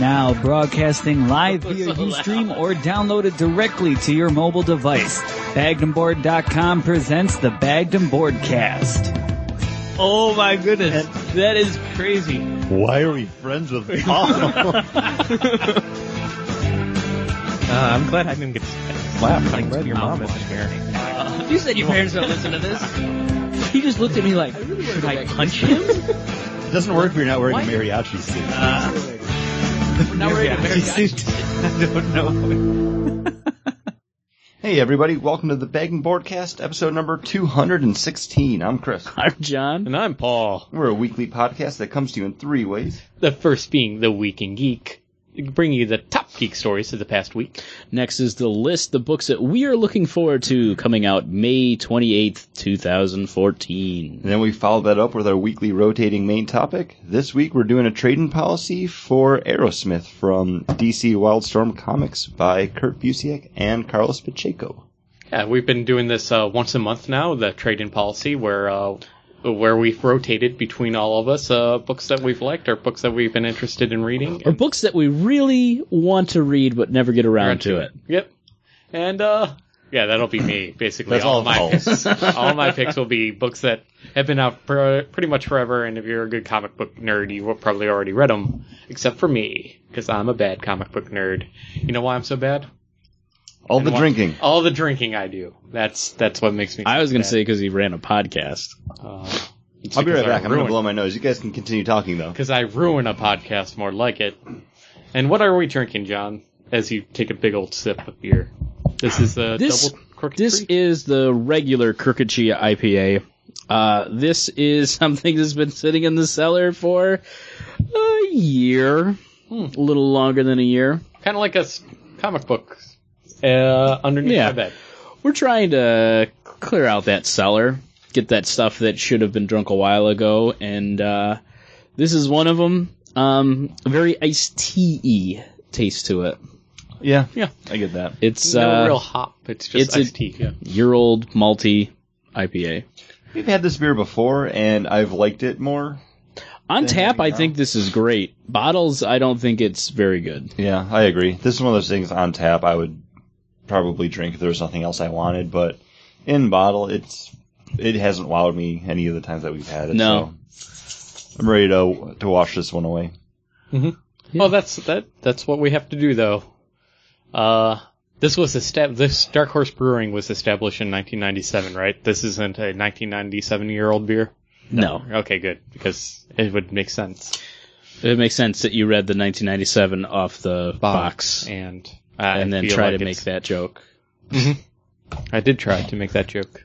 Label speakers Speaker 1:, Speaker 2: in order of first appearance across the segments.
Speaker 1: Now broadcasting live via
Speaker 2: So loud.
Speaker 1: Ustream or downloaded directly to your mobile device. Bagdenboard.com presents the Bagden Boardcast.
Speaker 2: Oh my goodness, that is crazy.
Speaker 3: Why are we friends with Paul?
Speaker 4: Uh, I'm glad I didn't get slapped. I'm glad your mom isn't here.
Speaker 2: You said your parents don't listen to this. He just looked at me like, should I punch him?
Speaker 3: it doesn't work if you're not wearing
Speaker 2: Why?
Speaker 3: a mariachi suit.
Speaker 2: Now we're in America.
Speaker 3: I don't know. hey everybody, welcome to the Begging Boardcast, episode number 216. I'm Chris.
Speaker 2: I'm John.
Speaker 4: And I'm Paul.
Speaker 3: We're a weekly podcast that comes to you in three ways.
Speaker 4: The first being the Week in Geek, bringing you the top geek stories of the past week.
Speaker 5: Next is the list, the books that we are looking forward to coming out May 28th, 2014.
Speaker 3: And then we follow that up with our weekly rotating main topic. This week we're doing a trading policy for Aerosmith from DC Wildstorm Comics by Kurt Busiek and Carlos Pacheco.
Speaker 4: Yeah, we've been doing this uh, once a month now, the trade-in policy, where uh, where we've rotated between all of us uh, books that we've liked or books that we've been interested in reading.
Speaker 3: Oh.
Speaker 5: Or books that we really want to read but never get around to it.
Speaker 4: Yep. And uh yeah, that'll be me basically.
Speaker 3: That's all
Speaker 4: my
Speaker 3: Paul's.
Speaker 4: picks, all my picks will be books that have been out pr- pretty much forever. And if you're a good comic book nerd, you will probably already read them, except for me because I'm a bad comic book nerd. You know why I'm so bad?
Speaker 3: All the
Speaker 4: Why-
Speaker 3: drinking.
Speaker 4: All the drinking I do. That's that's what makes me.
Speaker 5: I was going to
Speaker 4: bad.
Speaker 5: say because he ran a podcast.
Speaker 4: Uh,
Speaker 3: I'll be right back. I'm going to blow my nose. You guys can continue talking though.
Speaker 4: because I ruin a podcast more like it. And what are we drinking, John? As you take a big old sip of beer. This is a
Speaker 5: This-
Speaker 4: double crooked
Speaker 5: This
Speaker 4: tree?
Speaker 5: is the regular Kirkachia IPA. Uh, this is something that's been sitting in the cellar for a year,
Speaker 4: Hmm.
Speaker 5: a little longer than a year.
Speaker 4: kind of like a s- comic book uh, underneath
Speaker 5: Yeah.
Speaker 4: my bed.
Speaker 5: We're trying to clear out that cellar, get that stuff that should have been drunk a while ago, and uh, this is one of them. Um, very iced tea taste to it.
Speaker 3: Yeah,
Speaker 4: Yeah.
Speaker 3: I get that.
Speaker 5: It's
Speaker 4: no
Speaker 5: uh,
Speaker 4: real hop. It's just
Speaker 5: it's a-
Speaker 4: iced tea. Yeah.
Speaker 5: your old malty IPA.
Speaker 3: We've had this beer before, and I've liked it more.
Speaker 5: On
Speaker 3: Then
Speaker 5: tap,
Speaker 3: there you
Speaker 5: I
Speaker 3: go.
Speaker 5: think this is great. Bottles, I don't think it's very good.
Speaker 3: Yeah, I agree. This is one of those things on tap I would probably drink if there was nothing else I wanted, but in bottle, it's it hasn't wowed me any of the times that we've had it.
Speaker 5: No.
Speaker 3: so I'm ready to to wash this one away.
Speaker 4: Well, Oh, that's that. That's what we have to do, though. Uh, this was estab- This Dark Horse Brewing was established in 1997, right? This isn't a 1997 year old beer.
Speaker 5: No,
Speaker 4: Okay, good because it would make sense.
Speaker 5: it makes sense that you read the 1997 off the box,
Speaker 4: and I
Speaker 5: and then
Speaker 4: feel
Speaker 5: try
Speaker 4: like
Speaker 5: to make
Speaker 4: it's-
Speaker 5: that joke.
Speaker 4: I did try to make that joke.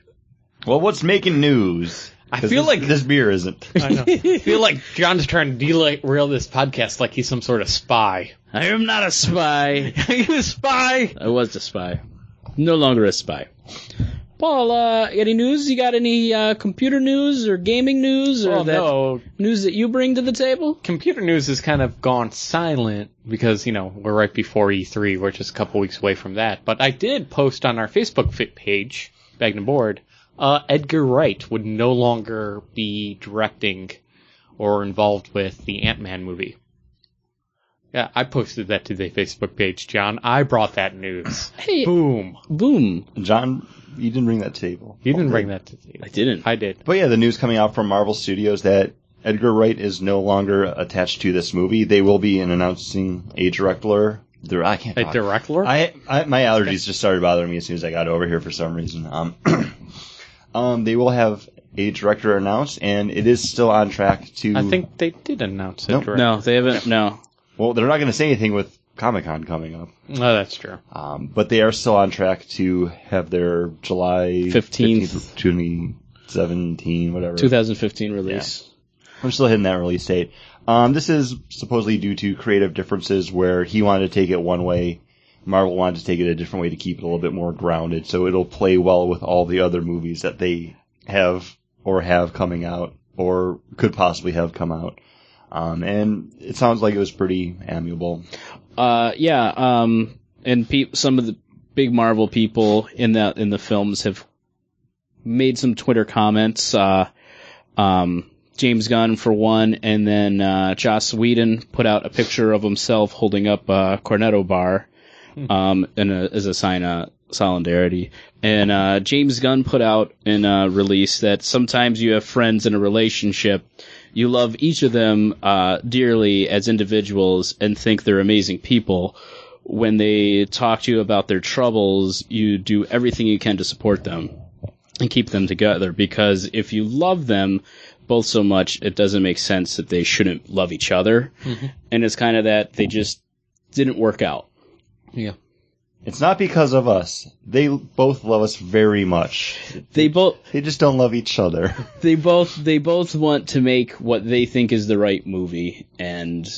Speaker 3: Well, what's making news?
Speaker 4: I
Speaker 3: 'Cause
Speaker 4: feel
Speaker 3: this-
Speaker 4: like-
Speaker 3: this beer isn't.
Speaker 4: I know. I feel like John's trying to derail this podcast like he's some sort of spy.
Speaker 5: I am not a spy.
Speaker 4: Are you a spy?
Speaker 5: I was a spy. No longer a spy. Paul, uh, any news? You got any uh, computer news or gaming news or
Speaker 4: Well,
Speaker 5: that
Speaker 4: no.
Speaker 5: news that you bring to the table?
Speaker 4: Computer news has kind of gone silent because, you know, we're right before E3. We're just a couple weeks away from that. But I did post on our Facebook fit page, Bagged and Board, uh, Edgar Wright would no longer be directing or involved with the Ant-Man movie. Yeah, I posted that to the Facebook page, John. I brought that news.
Speaker 5: Hey,
Speaker 4: Boom.
Speaker 5: boom!
Speaker 3: John, you didn't bring that to the table.
Speaker 4: You didn't bring that to the
Speaker 5: I didn't.
Speaker 4: I did.
Speaker 3: But yeah, the news coming out from Marvel Studios that Edgar Wright is no longer attached to this movie. They will be announcing a director. Dir- I can't.
Speaker 4: A
Speaker 3: talk.
Speaker 4: director?
Speaker 3: Uh, I, I my allergies just started bothering me as soon as I got over here for some reason. Um, um, they will have a director announced, and it is still on track to.
Speaker 4: I think they did announce it.
Speaker 3: Nope.
Speaker 4: directly.
Speaker 5: No, they haven't. No,
Speaker 3: Well, they're not going to say anything with Comic Con coming up,
Speaker 4: No, Oh, that's true.
Speaker 3: um, but they are still on track to have their July
Speaker 5: 15th.
Speaker 3: 2017, whatever.
Speaker 5: 2015 release.
Speaker 3: I'm still hitting that release date. Um, this is supposedly due to creative differences where he wanted to take it one way, Marvel wanted to take it a different way to keep it a little bit more grounded, so it'll play well with all the other movies that they have or have coming out or could possibly have come out. Um, and it sounds like it was pretty amiable.
Speaker 5: Uh, yeah. Um, and pe- some of the big Marvel people in that in the films have made some Twitter comments. Uh, um, James Gunn for one, and then uh, Joss Whedon put out a picture of himself holding up a Cornetto bar, um, and a, as a sign of solidarity. And uh, James Gunn put out in a release that sometimes you have friends in a relationship, you love each of them uh, dearly as individuals and think they're amazing people. When they talk to you about their troubles, you do everything you can to support them and keep them together because if you love them both so much, it doesn't make sense that they shouldn't love each other. And it's kind of that they just didn't work out.
Speaker 4: Yeah.
Speaker 3: It's not because of us. They both love us very much.
Speaker 5: They both
Speaker 3: They just don't love each other.
Speaker 5: they both they both want to make what they think is the right movie and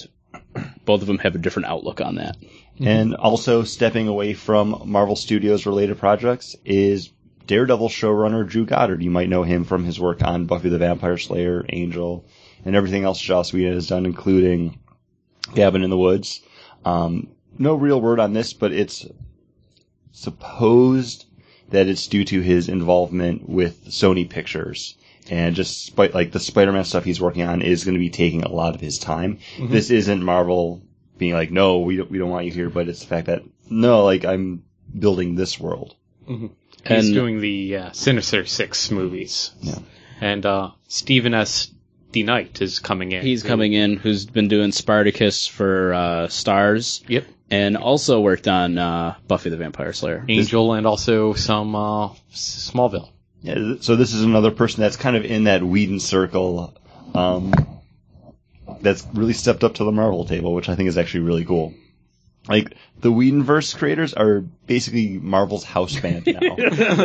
Speaker 5: both of them have a different outlook on that.
Speaker 3: and also stepping away from Marvel Studios related projects is Daredevil showrunner Drew Goddard. You might know him from his work on Buffy the Vampire Slayer, Angel, and everything else Joss Whedon has done, including Cabin in the Woods. Um, no real word on this, but it's supposed that it's due to his involvement with Sony Pictures. And just spite, like the Spider-Man stuff he's working on is going to be taking a lot of his time. This isn't Marvel being like, no, we don't, we don't want you here, but it's the fact that, no, like, I'm building this world.
Speaker 4: He's
Speaker 5: And-
Speaker 4: doing the uh, Sinister Six movies.
Speaker 3: Yeah.
Speaker 4: And uh, Stephen S. D. Knight is coming in.
Speaker 5: He's coming in who's been doing Spartacus for uh, Stars
Speaker 4: Yep.
Speaker 5: and also worked on uh, Buffy the Vampire Slayer.
Speaker 4: Angel and also some uh, S- Smallville.
Speaker 3: Yeah, th- so this is another person that's kind of in that Whedon circle, um, that's really stepped up to the Marvel table, which I think is actually really cool. Like, the Whedonverse creators are basically Marvel's house band now.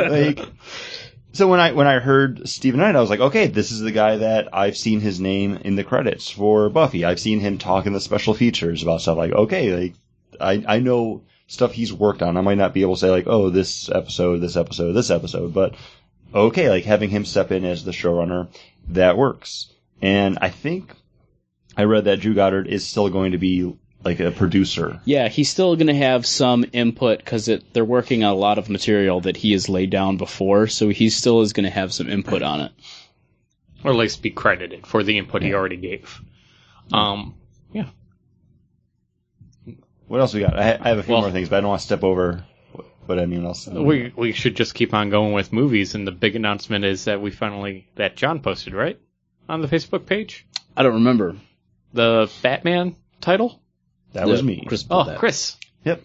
Speaker 3: like, so when I, when I heard Stephen Knight, I was like, okay, this is the guy that I've seen his name in the credits for Buffy. I've seen him talk in the special features about stuff. Like, okay, like, I, I know stuff he's worked on. I might not be able to say like, oh, this episode, this episode, this episode, but okay, like having him step in as the showrunner, that works. And I think I read that Drew Goddard is still going to be like a producer.
Speaker 5: Yeah, he's still going to have some input because they're working on a lot of material that he has laid down before, so he still is going to have some input on it.
Speaker 4: Or at least be credited for the input he already gave. Um, yeah.
Speaker 3: What else we got? I, I have a few
Speaker 4: Well-
Speaker 3: more things, but I don't want to step over what anyone else.
Speaker 4: We we should just keep on going with movies, and the big announcement is that we finally that John posted right on the Facebook page
Speaker 5: I don't remember.
Speaker 4: the Batman title.
Speaker 3: that was
Speaker 5: the-
Speaker 3: me.
Speaker 5: Chris pulled
Speaker 4: Oh,
Speaker 5: that.
Speaker 4: Chris,
Speaker 3: Yep.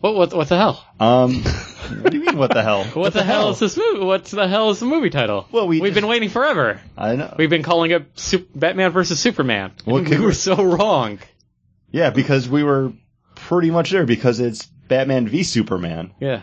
Speaker 4: what what what the hell?
Speaker 3: Um, what do you mean? What the hell?
Speaker 4: What, the, hell? is this movie? What the hell is the movie title?
Speaker 3: Well, we
Speaker 4: we've
Speaker 3: just-
Speaker 4: been waiting forever.
Speaker 3: I know.
Speaker 4: We've been calling it Sup- Batman versus Superman.
Speaker 3: Well,
Speaker 4: we were so wrong.
Speaker 3: Yeah, because we were pretty much there because it's Batman v Superman:
Speaker 4: Yeah,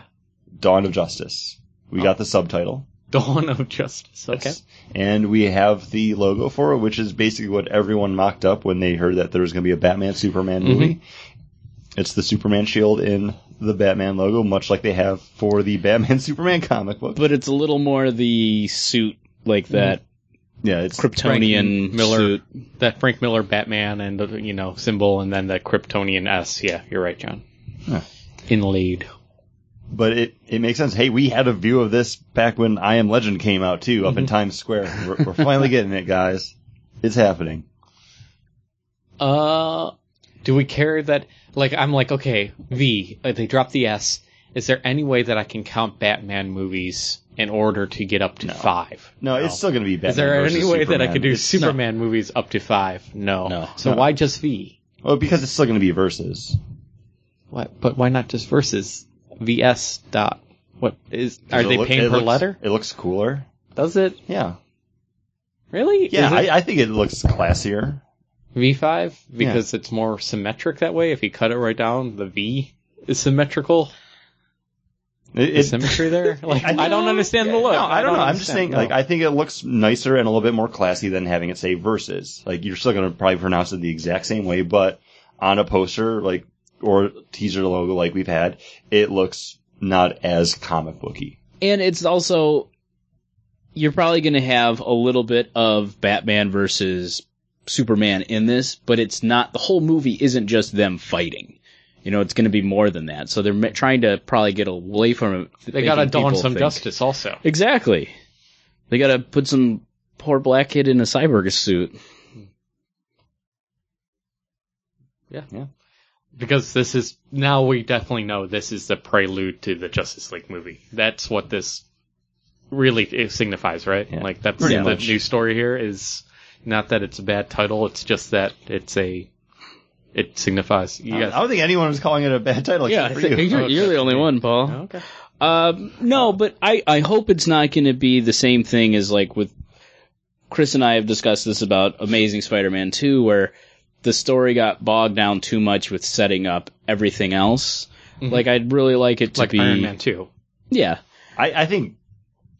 Speaker 3: Dawn of Justice. We got the subtitle.
Speaker 4: Dawn of Justice. Okay.
Speaker 3: Yes. And we have the logo for it, which is basically what everyone mocked up when they heard that there was going to be a Batman Superman movie.
Speaker 4: Mm-hmm.
Speaker 3: It's the Superman shield in the Batman logo, much like they have for the Batman Superman comic book.
Speaker 5: But it's a little more the suit, like that
Speaker 3: yeah, it's
Speaker 5: Kryptonian
Speaker 4: Mm-hmm. Frank Miller.
Speaker 5: suit.
Speaker 4: That Frank Miller Batman and the, you know symbol, and then the Kryptonian S. Yeah, you're right, John. Inlaid.
Speaker 3: but it it makes sense. Hey, we had a view of this back when I Am Legend came out too, up in
Speaker 4: Mm-hmm.
Speaker 3: Times Square. We're, we're finally getting it, guys. It's happening.
Speaker 4: Uh, do we care that? Like, I'm like, okay, V. uh, They dropped the S. Is there any way that I can count Batman movies in order to get up to five?
Speaker 3: No, it's still going to be Batman.
Speaker 4: Is there any
Speaker 3: versus
Speaker 4: way that I
Speaker 3: Superman.
Speaker 4: could do
Speaker 3: It's-
Speaker 4: Superman movies up to five? No.
Speaker 5: No.
Speaker 4: So
Speaker 3: No.
Speaker 4: why just V?
Speaker 3: Well, because it's still going to be versus.
Speaker 4: Why, but why not just versus VS dot? What is? Are
Speaker 3: It
Speaker 4: they
Speaker 3: look-
Speaker 4: paying
Speaker 3: it
Speaker 4: per
Speaker 3: looks-
Speaker 4: letter?
Speaker 3: It looks cooler.
Speaker 4: Does it
Speaker 3: Yeah.
Speaker 4: really?
Speaker 3: Yeah,
Speaker 4: Is it
Speaker 3: I, I think it looks classier.
Speaker 4: V five because it's more symmetric that way. If you cut it right down, the V is symmetrical.
Speaker 3: It,
Speaker 4: The
Speaker 3: it-
Speaker 4: symmetry there. Like
Speaker 3: I
Speaker 4: I, don't understand the look.
Speaker 3: no, I don't know. I'm just
Speaker 4: understand.
Speaker 3: saying, like, I think it looks nicer and a little bit more classy than having it say versus. Like, you're still gonna probably pronounce it the exact same way, but on a poster, like, or teaser logo like we've had, it looks not as comic booky.
Speaker 5: and it's also you're probably going to have a little bit of Batman versus Superman in this, but it's not the whole movie isn't just them fighting. You know, it's going to be more than that. So they're ma- trying to probably get away from it.
Speaker 4: they gotta
Speaker 5: making
Speaker 4: dawn
Speaker 5: people
Speaker 4: some
Speaker 5: think-
Speaker 4: justice also.
Speaker 5: Exactly. They got to put some poor black kid in a cyborg suit.
Speaker 4: because this is now we definitely know this is the prelude to the Justice League movie. That's what this really it signifies, right?
Speaker 3: Yeah.
Speaker 4: Like that's
Speaker 5: Pretty
Speaker 4: the
Speaker 3: much.
Speaker 4: new story here is not that it's a bad title, it's just that it's a it signifies you
Speaker 3: I
Speaker 4: guys.
Speaker 3: don't think anyone was calling it a bad title except for you.
Speaker 5: you're, you're the only one, Paul.
Speaker 4: Okay.
Speaker 5: Um,
Speaker 4: Uh,
Speaker 5: no, but I, I hope it's not going to be the same thing as like with Chris and I have discussed this about Amazing Spider-Man 2 where the story got bogged down too much with setting up everything else. Like I'd really like it to
Speaker 4: Mm-hmm. Like
Speaker 5: be
Speaker 4: Iron Man two.
Speaker 5: Yeah.
Speaker 3: I, I think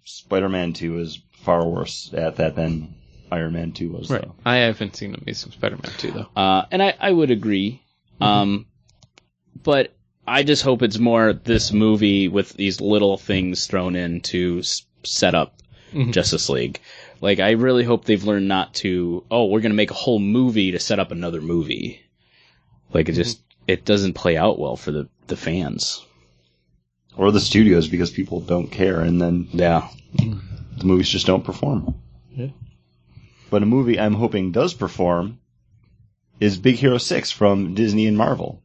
Speaker 3: Spider-Man Two is far worse at that than Iron Man Two was.
Speaker 4: Right.
Speaker 3: Though.
Speaker 4: I haven't seen Amazing Spider Man two though.
Speaker 5: Uh, and I, I would agree. Um, but I just hope it's more this movie with these little things thrown in to s- set up
Speaker 4: Mhm.
Speaker 5: Justice League. Like, I really hope they've learned not to, oh, we're going to make a whole movie to set up another movie. Like, it just, it doesn't play out well for the, the fans.
Speaker 3: Or the studios because people don't care, and then
Speaker 5: Yeah.
Speaker 3: the movies just don't perform.
Speaker 4: Yeah.
Speaker 3: But a movie I'm hoping does perform is Big Hero 6 from Disney and Marvel.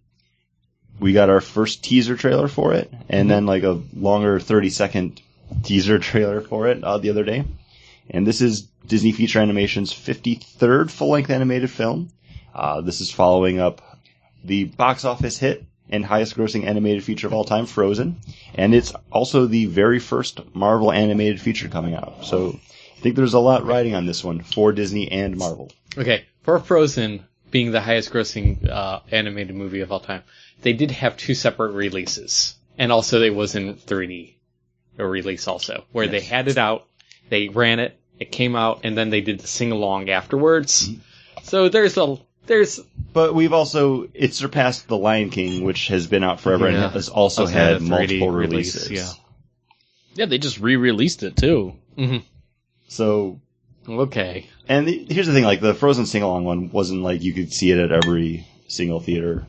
Speaker 3: We got our first teaser trailer for it, and then like a longer 30 second teaser trailer for it uh, the other day. And this is Disney Feature Animation's 53rd full length animated film. Uh, this is following up the box office hit and highest grossing animated feature of all time, Frozen. And it's also the very first Marvel animated feature coming out. So I think there's a lot riding on this one for Disney and Marvel.
Speaker 4: Okay, for Frozen being the highest grossing uh, animated movie of all time, they did have two separate releases, and also it was in 3D a release also where they had it out, they ran it, it came out, and then they did the sing along afterwards.
Speaker 3: Mm-hmm.
Speaker 4: So there's a there's
Speaker 3: But we've also it surpassed The Lion King, which has been out forever
Speaker 4: Yeah.
Speaker 3: and has also,
Speaker 4: Also had
Speaker 3: had,
Speaker 4: a 3D
Speaker 3: multiple
Speaker 4: release,
Speaker 3: releases.
Speaker 4: yeah.
Speaker 5: Yeah, they just re-released it too.
Speaker 3: So
Speaker 4: okay,
Speaker 3: and the, here's the thing, like the Frozen sing along one wasn't like you could see it at every single theater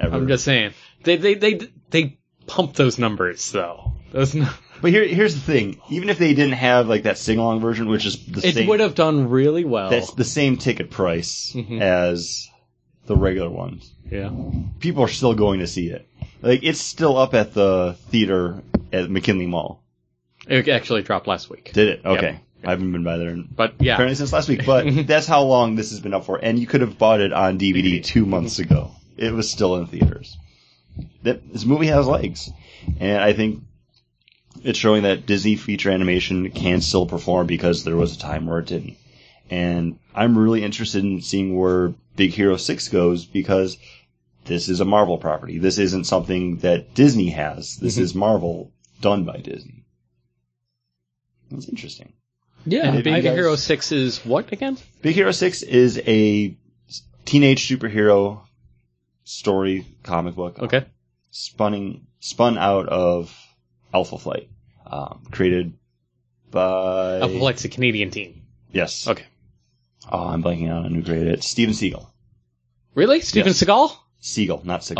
Speaker 3: ever.
Speaker 4: I'm just saying they they they they pump those numbers though. Those n-
Speaker 3: but here here's the thing. Even if they didn't have like that sing along version, which is the
Speaker 4: it
Speaker 3: same
Speaker 4: would have done really well.
Speaker 3: that's the same ticket price
Speaker 4: Mhm.
Speaker 3: as the regular one.
Speaker 4: yeah.
Speaker 3: people are still going to see it. Like it's still up at the theater at McKinley Mall.
Speaker 4: It actually dropped last week.
Speaker 3: Did it?
Speaker 4: Yep.
Speaker 3: Okay, I haven't been by there in,
Speaker 4: But yeah.
Speaker 3: apparently since last week. But that's how long this has been up for. And you could have bought it on DVD two months ago. It was still in theaters. That, this movie has legs, and I think it's showing that Disney feature animation can still perform because there was a time where it didn't. And I'm really interested in seeing where Big Hero Six goes because this is a Marvel property. This isn't something that Disney has. This is Marvel done by Disney. It's interesting.
Speaker 5: Yeah.
Speaker 3: And
Speaker 4: Big
Speaker 3: I-
Speaker 4: Hero Six is what again?
Speaker 3: Big Hero 6 is a teenage superhero story comic book uh,
Speaker 4: Okay.
Speaker 3: spawning, spun out of Alpha Flight, um, created by.
Speaker 4: Alpha Flight's a Canadian team.
Speaker 3: Yes.
Speaker 4: Okay.
Speaker 3: Oh, I'm blanking out on who created it. Steven Seagal.
Speaker 4: Really? Steven
Speaker 3: Yes.
Speaker 4: Seagal?
Speaker 3: Seagal, not Seagal.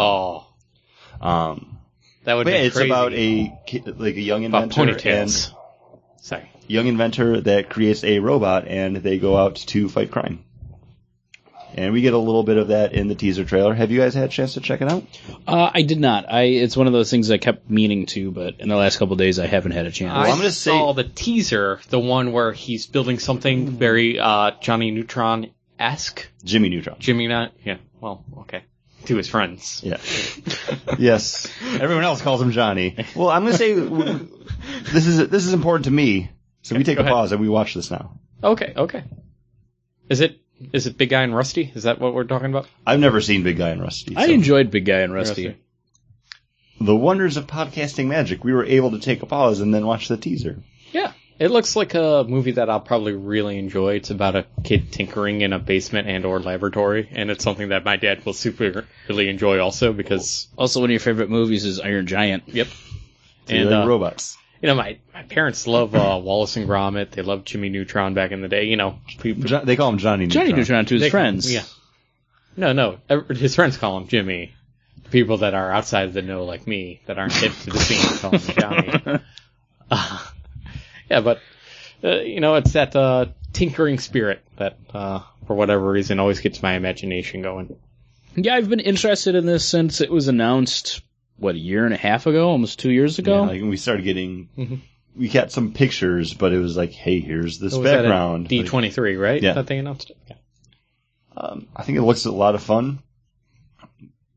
Speaker 4: Oh,
Speaker 3: Um,
Speaker 4: that would
Speaker 3: but
Speaker 4: be
Speaker 3: yeah, it's
Speaker 4: crazy.
Speaker 3: about a ki- like a young
Speaker 4: About
Speaker 3: inventor
Speaker 4: ponytails. Sorry.
Speaker 3: and young inventor that creates a robot, and they go out to fight crime. And we get a little bit of that in the teaser trailer. Have you guys had a chance to check it out?
Speaker 5: Uh, I did not. I, it's one of those things I kept meaning to, but in the last couple days I haven't had a chance.
Speaker 4: I
Speaker 3: I'm gonna say-
Speaker 4: saw the teaser, the one where he's building something
Speaker 3: Hmm.
Speaker 4: very uh, Johnny Neutron esque.
Speaker 3: Jimmy Neutron.
Speaker 4: Jimmy Nut. Yeah. Well, okay. To his friends.
Speaker 3: Yeah. yes. Everyone else calls him Johnny. Well, I'm gonna say w- this is this is important to me. So we take
Speaker 4: go
Speaker 3: a
Speaker 4: ahead.
Speaker 3: pause and we watch this now.
Speaker 4: Okay. Okay. Is it is it Big Guy and Rusty? Is that what we're talking about?
Speaker 3: I've never seen Big Guy and Rusty.
Speaker 5: I
Speaker 3: so-
Speaker 5: enjoyed Big Guy and Rusty.
Speaker 4: Rusty.
Speaker 3: the wonders of podcasting magic. We were able to take a pause and then watch the teaser.
Speaker 4: Yeah. It looks like a movie that I'll probably really enjoy. It's about a kid tinkering in a basement and or laboratory, and it's something that my dad will super really enjoy also because
Speaker 5: Also, one of your favorite movies is Iron Giant.
Speaker 4: yep.
Speaker 3: So you
Speaker 4: And
Speaker 3: like
Speaker 4: uh,
Speaker 3: robots.
Speaker 4: you know my my parents love uh, Wallace and Gromit. They love Jimmy Neutron back in the day. You know, people,
Speaker 3: Jo- they call him Johnny.
Speaker 5: Johnny
Speaker 3: Neutron.
Speaker 5: Neutron to his
Speaker 4: They-
Speaker 5: friends.
Speaker 4: Yeah. No, no. ev- His friends call him Jimmy. People that are outside of the know, like me, that aren't hip to the scene, call him Johnny. Uh, yeah, but uh, you know, it's that uh, tinkering spirit that, uh, for whatever reason, always gets my imagination going.
Speaker 5: Yeah, I've been interested in this since it was announced. What a year and a half ago, almost two years
Speaker 3: Yeah,
Speaker 5: ago.
Speaker 3: like, we started getting,
Speaker 4: Mhm.
Speaker 3: we got some pictures, but it was like, hey, here's this
Speaker 4: What was that at
Speaker 3: background. Like,
Speaker 4: D23, right?
Speaker 3: Yeah.
Speaker 4: That they announced it. Yeah.
Speaker 3: um, I think it looks a lot of fun.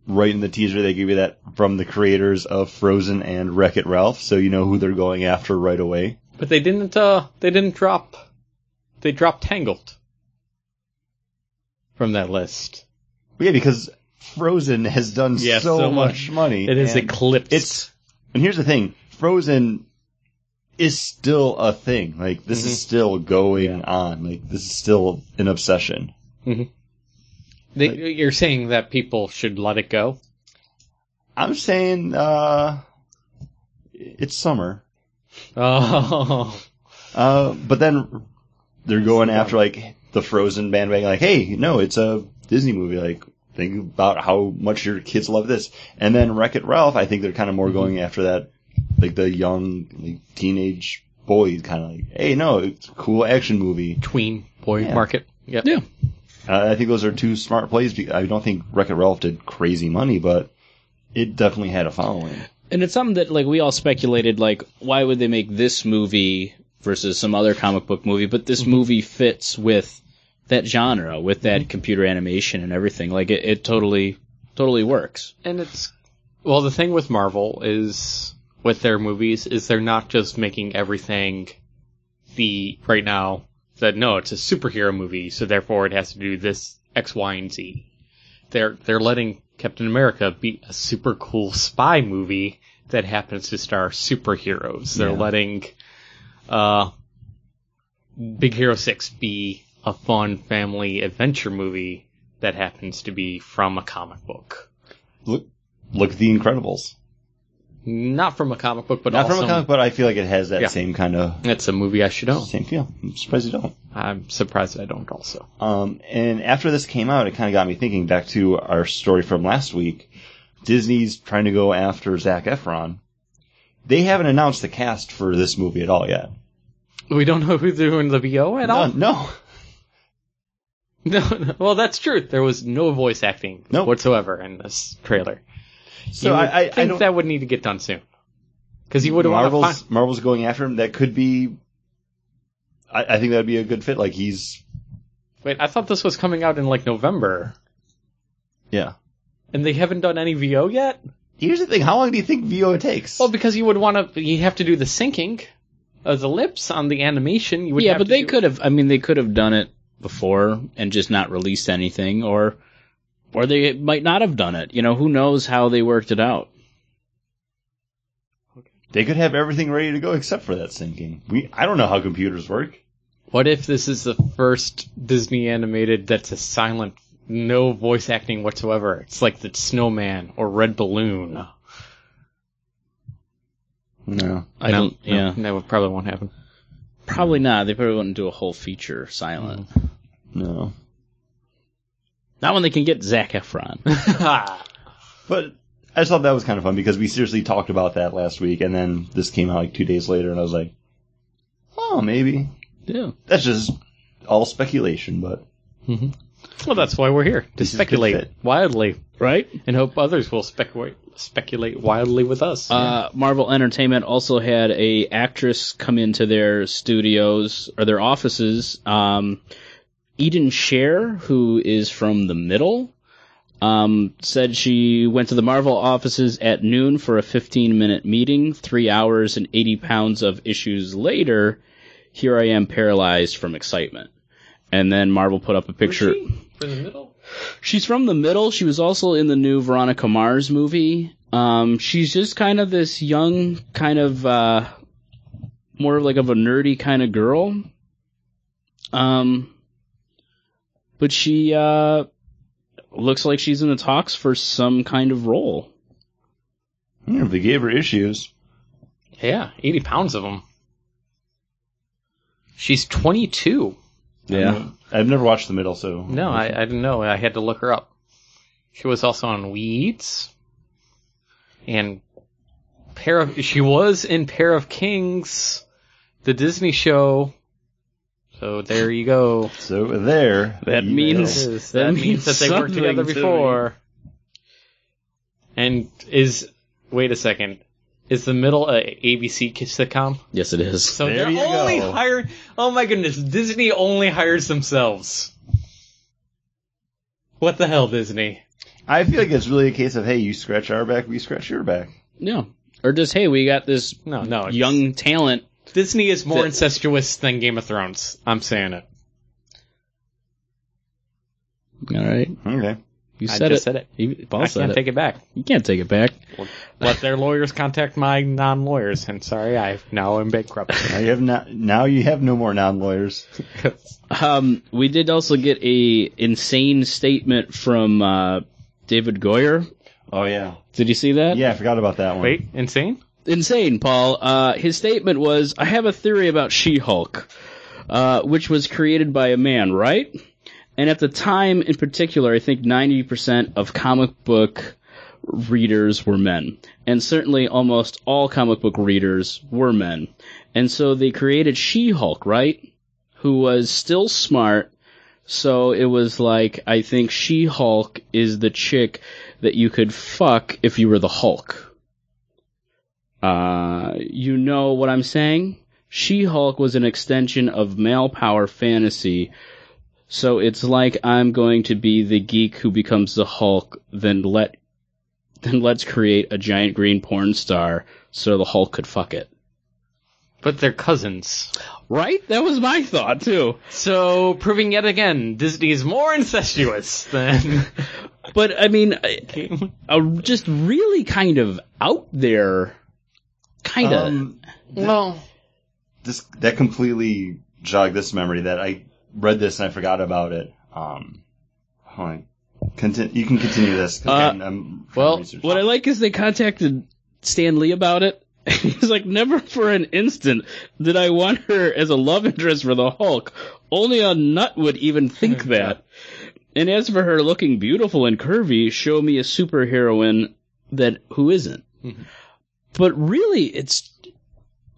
Speaker 3: Right in the teaser, they give you that from the creators of Frozen and Wreck It Ralph, so you know who they're going after right away.
Speaker 4: But they didn't. Uh, they didn't drop. They dropped Tangled from that list.
Speaker 3: But yeah, because Frozen has done
Speaker 4: Yeah,
Speaker 3: so,
Speaker 4: so
Speaker 3: much,
Speaker 4: much.
Speaker 3: money.
Speaker 4: It is
Speaker 3: and
Speaker 4: eclipsed.
Speaker 3: It's and here's the thing, Frozen is still a thing. Like this is
Speaker 4: Mm-hmm.
Speaker 3: still going on. Like this is still an obsession.
Speaker 4: They, you're saying that people should let it go.
Speaker 3: I'm saying uh it's summer.
Speaker 4: Oh,
Speaker 3: Uh, but then they're going after like the Frozen bandwagon, like, hey, no, it's a Disney movie. Like, think about how much your kids love this. And then Wreck It Ralph, I think they're kind of more going after that, like the young, like, teenage boy, kind of like, hey, no, it's a cool action movie.
Speaker 4: tween boy
Speaker 3: Yeah.
Speaker 4: market. Yep.
Speaker 5: Yeah.
Speaker 3: Uh, I think those are two smart plays. be- I don't think Wreck It Ralph did crazy money, but it definitely had a following.
Speaker 5: And it's something that like we all speculated like why would they make this movie versus some other comic book movie, but
Speaker 3: Mm-hmm.
Speaker 5: this movie fits with that genre, with that computer animation and everything. Like it, it totally totally works.
Speaker 4: And it's well, the thing with Marvel is with their movies is they're not just making everything the right now that no, it's a superhero movie, so therefore it has to do this X, Y, and Z. They're they're letting Captain America be a super cool spy movie that happens to star superheroes. They're letting uh Big Hero 6 be a fun family adventure movie that happens to be from a comic book.
Speaker 3: Look, look at The Incredibles.
Speaker 4: Not from a comic book, but
Speaker 3: Not
Speaker 4: also
Speaker 3: from a comic, but I feel like it has that
Speaker 4: Yeah.
Speaker 3: same kind of
Speaker 4: That's a movie I should own.
Speaker 3: same feel. I'm surprised you don't.
Speaker 4: I'm surprised I don't also.
Speaker 3: Um, and after this came out, it kind of got me thinking back to our story from last week. Disney's trying to go after Zach Efron. They haven't announced the cast for this movie at all yet.
Speaker 4: We don't know who's doing the VO at all.
Speaker 3: None, no.
Speaker 4: No, no. Well, that's true. There was no voice acting
Speaker 3: Nope.
Speaker 4: whatsoever in this trailer.
Speaker 3: So
Speaker 4: you would
Speaker 3: I, I, I
Speaker 4: think
Speaker 3: don't.
Speaker 4: that would need to get done soon. Because you would want to
Speaker 3: Marvel's
Speaker 4: find...
Speaker 3: Marvel's going after him. That could be. I, I think that'd be a good fit. Like he's
Speaker 4: Wait, I thought this was coming out in like November,
Speaker 3: yeah.
Speaker 4: and they haven't done any VO yet.
Speaker 3: Here's the thing. How long do you think VO takes?
Speaker 4: Well, because you would want to, you have to do the syncing of the lips on the animation. You would
Speaker 5: yeah,
Speaker 4: have
Speaker 5: but
Speaker 4: to
Speaker 5: they
Speaker 4: do-
Speaker 5: could have I mean they could have done it before and just not released anything or or they might not have done it. You know, who knows how they worked it out.
Speaker 3: they could have everything ready to go except for that syncing. We I don't know how computers work.
Speaker 4: What if this is the first Disney animated that's a silent, no voice acting whatsoever? It's like the Snowman or Red Balloon.
Speaker 3: No.
Speaker 5: I
Speaker 4: No,
Speaker 5: don't
Speaker 4: no,
Speaker 5: yeah.
Speaker 4: that would probably won't happen. Mm.
Speaker 5: Probably not. They probably wouldn't do a whole feature silent.
Speaker 3: No.
Speaker 5: Not when they can get Zach Efron.
Speaker 3: But I just thought that was kind of fun because we seriously talked about that last week, and then this came out like two days later, and I was like, "Oh, maybe."
Speaker 5: yeah.
Speaker 3: That's just all speculation, but
Speaker 4: well, that's why we're here to
Speaker 3: This is a good
Speaker 4: speculate
Speaker 3: fit.
Speaker 4: wildly
Speaker 5: Right?
Speaker 4: and hope others will speculate speculate wildly with us.
Speaker 5: Uh, Marvel Entertainment also had a actress come into their studios or their offices. Um, Eden Scher, who is from the middle, um, said she went to the Marvel offices at noon for a 15 minute meeting. Three hours and 80 pounds of issues later, here I am paralyzed from excitement. And then Marvel put up a picture.
Speaker 4: for the middle.
Speaker 5: She's from the middle. She was also in the new Veronica Mars movie. Um, she's just kind of this young, kind of uh, more like of a nerdy kind of girl. Um, but she uh, looks like she's in the talks for some kind of role.
Speaker 3: I don't know if they gave her issues.
Speaker 4: Yeah, eighty pounds of them. She's twenty two.
Speaker 3: Yeah, I've never watched the middle, so
Speaker 4: No, I, I didn't know. I had to look her up. She was also on Weeds. And Pair of she was in Pair of Kings, the Disney show So there you go.
Speaker 3: So there.
Speaker 5: That
Speaker 3: you
Speaker 5: means-
Speaker 3: go.
Speaker 4: That,
Speaker 5: that means
Speaker 4: means that they worked
Speaker 5: something
Speaker 4: together
Speaker 5: to
Speaker 4: before. And is wait a second. Is the middle a ABC sitcom?
Speaker 5: Yes, it is.
Speaker 4: So
Speaker 3: There
Speaker 4: they're
Speaker 3: you
Speaker 4: only
Speaker 3: go.
Speaker 4: hiring. Oh my goodness, Disney only hires themselves. What the hell, Disney?
Speaker 3: I feel like it's really a case of hey, you scratch our back, we scratch your back.
Speaker 5: No. Or just, hey, we got this
Speaker 4: No, no. it's-
Speaker 5: young talent.
Speaker 4: Disney is more
Speaker 5: Th-
Speaker 4: incestuous than Game of Thrones. I'm saying it.
Speaker 5: All right.
Speaker 3: Okay.
Speaker 5: You
Speaker 4: I
Speaker 5: said
Speaker 4: just
Speaker 5: it.
Speaker 4: said it.
Speaker 5: You- Paul
Speaker 4: I
Speaker 5: said
Speaker 4: can't
Speaker 5: it.
Speaker 4: take it back.
Speaker 5: you can't take it back.
Speaker 4: Let their lawyers contact my non-lawyers, and sorry, I now am bankrupt.
Speaker 3: Now you have not. Now you have no more non-lawyers.
Speaker 5: Um, we did also get a insane statement from uh, David Goyer.
Speaker 3: Oh yeah.
Speaker 5: Did you see that?
Speaker 3: Yeah, I forgot about that one.
Speaker 4: Wait, insane?
Speaker 5: insane, Paul. Uh, his statement was, "I have a theory about She-Hulk, uh, which was created by a man, right?" And at the time, in particular, I think 90% of comic book readers were men, and certainly almost all comic book readers were men. And so they created She-Hulk, right? Who was still smart. So it was like, I think She-Hulk is the chick that you could fuck if you were the Hulk. Uh, you know what I'm saying? She Hulk was an extension of male power fantasy. So it's like I'm going to be the geek who becomes the Hulk, then let then let's create a giant green porn star so the Hulk could fuck it.
Speaker 4: But they're cousins.
Speaker 5: Right? That was my thought too.
Speaker 4: So, proving yet again, Disney is more incestuous than
Speaker 5: But I mean, I- a, just really kind of out there kind of
Speaker 3: Um,
Speaker 4: well,
Speaker 3: this that completely jogged this memory that I read this and I forgot about it. Um, hold on. Contin- you can continue this. 'cause
Speaker 5: Uh,
Speaker 3: I'm- I'm-
Speaker 4: well,
Speaker 3: research.
Speaker 5: What I like is they contacted Stan Lee about it. He's like, never for an instant did I want her as a love interest for the Hulk. Only a nut would even think that. And as for her looking beautiful and curvy, show me a superheroine that who isn't.
Speaker 3: Mm-hmm.
Speaker 5: But really, it's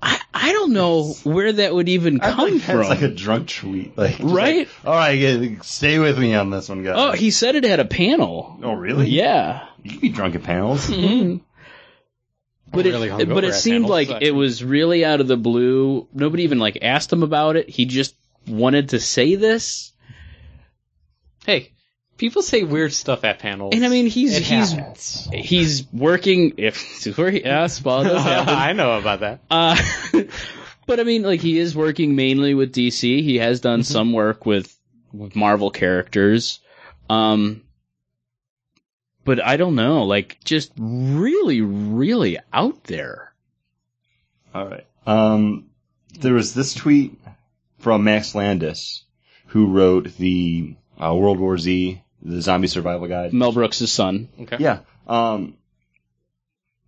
Speaker 5: I I don't know where that would even
Speaker 3: I feel
Speaker 5: come
Speaker 3: like
Speaker 5: from.
Speaker 3: That's like a drunk tweet, like just
Speaker 5: Right?
Speaker 3: Like, All right, yeah, stay with me on this one, guys.
Speaker 5: oh, he said it at a panel.
Speaker 3: Oh, really?
Speaker 5: Yeah. Mm-hmm.
Speaker 3: You can be drunk at panels.
Speaker 5: But it,
Speaker 4: really hungover
Speaker 5: but it
Speaker 4: at
Speaker 5: seemed
Speaker 4: panels,
Speaker 5: like
Speaker 4: so-
Speaker 5: it was really out of the blue. Nobody even like asked him about it. He just wanted to say this.
Speaker 4: hey, people say weird stuff at panels.
Speaker 5: And I mean, he's
Speaker 4: It
Speaker 5: he's
Speaker 4: happens.
Speaker 5: he's working. If where he asked, well, it does happen.
Speaker 4: I know about that.
Speaker 5: Ah, Uh, but I mean, like he is working mainly with DC. He has done
Speaker 4: Mm-hmm.
Speaker 5: some work with with Marvel characters. Um, but I don't know. Like, just really, really out there.
Speaker 3: All right. Um, there was this tweet from Max Landis, who wrote the uh, World War Z, the Zombie Survival Guide.
Speaker 5: Mel Brooks' son.
Speaker 4: Okay.
Speaker 3: Yeah. Um,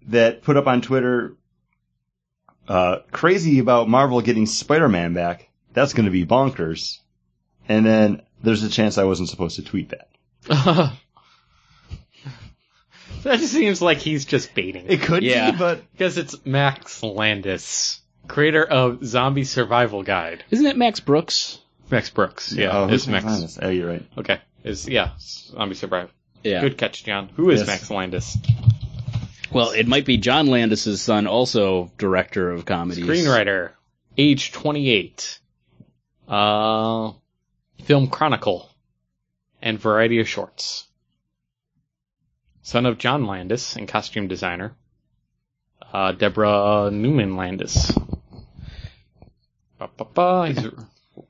Speaker 3: that put up on Twitter, uh, crazy about Marvel getting Spider-Man back. That's going to be bonkers. And then there's a chance I wasn't supposed to tweet that.
Speaker 4: that just seems like he's just baiting.
Speaker 3: It could
Speaker 5: Yeah.
Speaker 3: be, but
Speaker 4: Because it's Max Landis, creator of Zombie Survival Guide.
Speaker 5: Isn't it Max Brooks?
Speaker 4: Max Brooks. Yeah,
Speaker 3: Oh,
Speaker 4: it's
Speaker 3: who's Max
Speaker 4: Max.
Speaker 3: Landis? Oh, you're right.
Speaker 4: Okay, is yeah, Zombie Survival.
Speaker 5: Yeah.
Speaker 4: Good catch, John. Who is
Speaker 3: Yes.
Speaker 4: Max Landis?
Speaker 5: Well, it might be John Landis' son, also director of comedies.
Speaker 4: Screenwriter, age 28. Uh, Film Chronicle, and variety of shorts. Son of John Landis and costume designer. Uh, Deborah Newman Landis. Ba, ba, ba. He's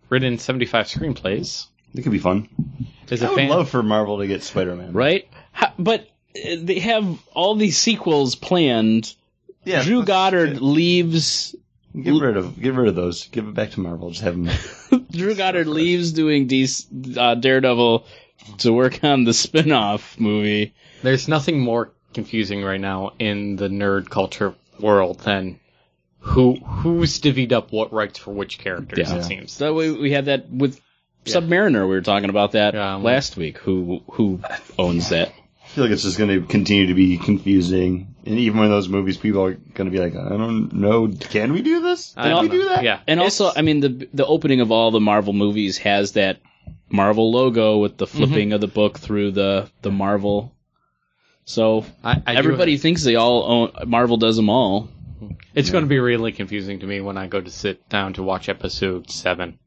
Speaker 4: written 75 screenplays.
Speaker 3: It could be fun.
Speaker 4: Is
Speaker 3: I
Speaker 4: a
Speaker 3: would
Speaker 4: fan.
Speaker 3: love for Marvel to get Spider-Man.
Speaker 5: Right? Ha- But uh, they have all these sequels planned.
Speaker 3: Yeah.
Speaker 5: Drew
Speaker 3: let's
Speaker 5: Goddard leaves.
Speaker 3: Get rid of get rid of those. Give it back to Marvel. Just have them.
Speaker 5: Drew Goddard leaves doing DC, uh, Daredevil to work on the spin off movie.
Speaker 4: There's nothing more confusing right now in the nerd culture world than who who's divvied up what rights for which characters.
Speaker 5: Yeah.
Speaker 4: It seems
Speaker 5: So we, we had that with Submariner. We were talking about that
Speaker 4: Yeah, I'm-
Speaker 5: last week. Who who owns that?
Speaker 3: I feel like it's just going to continue to be confusing, and even when those movies, people are going to be like, "I don't know, can we do this?
Speaker 4: I
Speaker 3: Did we
Speaker 4: don't
Speaker 3: do
Speaker 4: know.
Speaker 3: that?"
Speaker 4: Yeah.
Speaker 5: And
Speaker 4: It's-
Speaker 5: also, I mean, the the opening of all the Marvel movies has that Marvel logo with
Speaker 4: Mm-hmm.
Speaker 5: the flipping of the book through the the Marvel. So
Speaker 4: I, I do-
Speaker 5: everybody thinks they all own Marvel does them all.
Speaker 4: It's going to be really confusing to me when I go to sit down to watch episode 7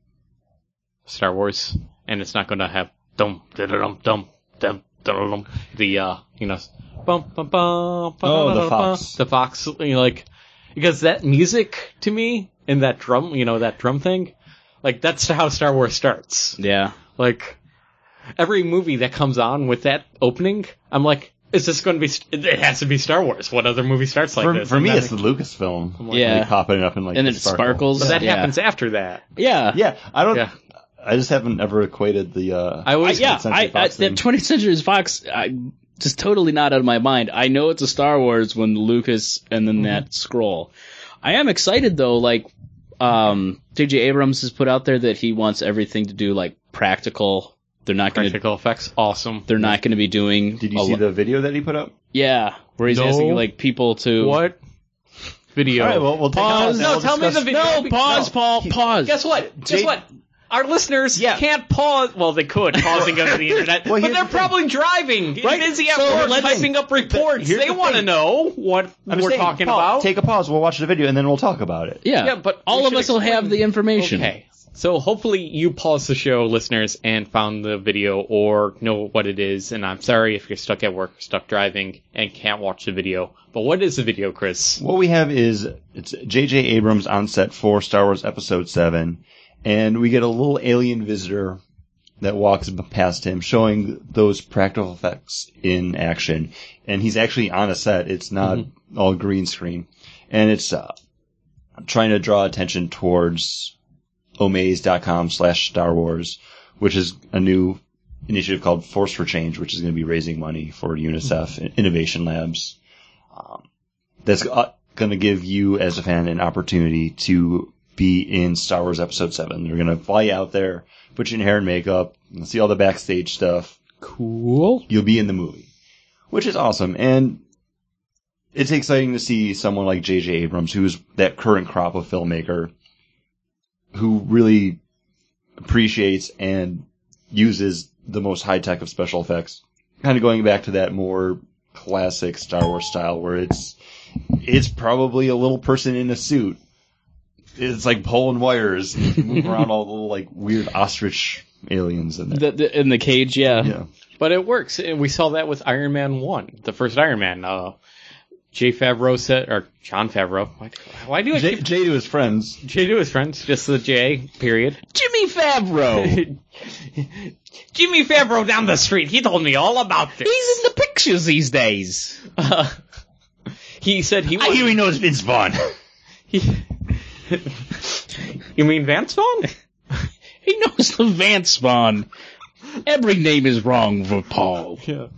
Speaker 4: Star Wars and it's not going to have dum dum dum dum dum the uh you know bum bum bum
Speaker 3: Oh, the fox.
Speaker 4: the fox you know, like because that music to me and that drum you know that drum thing like that's how Star Wars starts
Speaker 5: Yeah,
Speaker 4: like every movie that comes on with that opening I'm like is this going to be it has to be Star Wars what other movie starts like
Speaker 3: For,
Speaker 4: this
Speaker 3: for
Speaker 4: And
Speaker 3: me,
Speaker 4: then
Speaker 3: it's the Lucasfilm. Like,
Speaker 5: Yeah.
Speaker 3: they pop it up and like
Speaker 5: and
Speaker 3: the
Speaker 5: then it sparkles.
Speaker 4: But that
Speaker 5: yeah.
Speaker 4: happens after that.
Speaker 5: Yeah,
Speaker 3: Yeah, I don't.
Speaker 4: Yeah.
Speaker 3: I just haven't ever equated the. Uh,
Speaker 4: I
Speaker 5: I,
Speaker 4: always
Speaker 5: yeah.
Speaker 3: Century
Speaker 5: I, I,
Speaker 3: Fox thing.
Speaker 5: that 20th Century Fox, I just totally not out of my mind. I know it's a Star Wars when Lucas and then
Speaker 4: Mm-hmm.
Speaker 5: that scroll. I am excited though. Like, um, J.J. Abrams has put out there that he wants everything to do like practical. They're not going to.
Speaker 4: practical effects awesome.
Speaker 5: They're not going to be doing.
Speaker 3: did you
Speaker 5: a
Speaker 3: see
Speaker 5: lo-
Speaker 3: the video that he put up?
Speaker 5: Yeah, where he's
Speaker 4: No.
Speaker 5: asking like people to
Speaker 4: what video?
Speaker 3: All right, well, we'll take
Speaker 4: pause.
Speaker 3: it
Speaker 4: No,
Speaker 3: out and
Speaker 4: tell me
Speaker 3: we'll
Speaker 4: the
Speaker 3: discuss-
Speaker 4: video.
Speaker 5: No, pause, Paul. Pause.
Speaker 4: Guess what? Guess
Speaker 3: Jay-
Speaker 4: what? Our listeners
Speaker 3: Yeah.
Speaker 4: can't pause. Well, they could pause and go to the internet,
Speaker 3: Well,
Speaker 4: but
Speaker 3: here's
Speaker 4: they're
Speaker 3: the thing.
Speaker 4: probably driving.
Speaker 5: Right.
Speaker 4: It is the
Speaker 5: So
Speaker 4: airport,
Speaker 5: let's-
Speaker 4: typing up reports.
Speaker 3: here's
Speaker 4: They
Speaker 3: the
Speaker 4: want to
Speaker 3: thing.
Speaker 4: know what
Speaker 3: I'm
Speaker 4: we're
Speaker 3: saying,
Speaker 4: talking
Speaker 3: Paul,
Speaker 4: about.
Speaker 3: Take a pause. We'll watch the video and then we'll talk about it.
Speaker 5: Yeah,
Speaker 4: Yeah, but we
Speaker 5: all of
Speaker 4: should
Speaker 5: us will have
Speaker 4: explain-
Speaker 5: the information.
Speaker 4: Okay. So hopefully you paused the show, listeners, and found the video or know what it is. And I'm sorry if you're stuck at work, stuck driving, and can't watch the video. But what is the video, Chris?
Speaker 3: What we have is it's J.J. Abrams on set for Star Wars Episode Seven, and we get a little alien visitor that walks b- past him, showing those practical effects in action. And he's actually on a set; it's not all green screen, and it's uh, trying to draw attention towards omaze.com slash Star Wars, which is a new initiative called Force for Change, which is going to be raising money for UNICEF and Innovation Labs that's going to give you as a fan an opportunity to be in Star Wars Episode 7. They're going to fly you out there, put you in hair and makeup, and see all the backstage stuff.
Speaker 4: Cool.
Speaker 3: You'll be in the movie, which is awesome. And it's exciting to see someone like J.J. Abrams, who's that current crop of filmmaker, who really appreciates and uses the most high tech of special effects. Kind of going back to that more classic Star Wars style where it's, it's probably a little person in a suit. It's like pulling wires, and you move around all the little like weird ostrich aliens in there.
Speaker 5: The, the, in the cage, yeah.
Speaker 3: yeah.
Speaker 4: But it works. And we saw that with Iron Man 1, the first Iron Man. Uh, Jay Favreau said, or John Favreau. Why, why do I
Speaker 3: Jay,
Speaker 4: keep
Speaker 3: Jay to his friends.
Speaker 4: Jay to his friends? Just the J, period.
Speaker 5: Jimmy
Speaker 3: Oh.
Speaker 5: Favreau. He's
Speaker 4: Jimmy Favreau down the street. He told me all about this.
Speaker 5: in the pictures these days.
Speaker 4: Uh, he said he was.
Speaker 3: he knows Vince Vaughn.
Speaker 4: you mean Vance Vaughn?
Speaker 5: He knows the Vance Vaughn. Every name is wrong for Paul.
Speaker 4: yeah.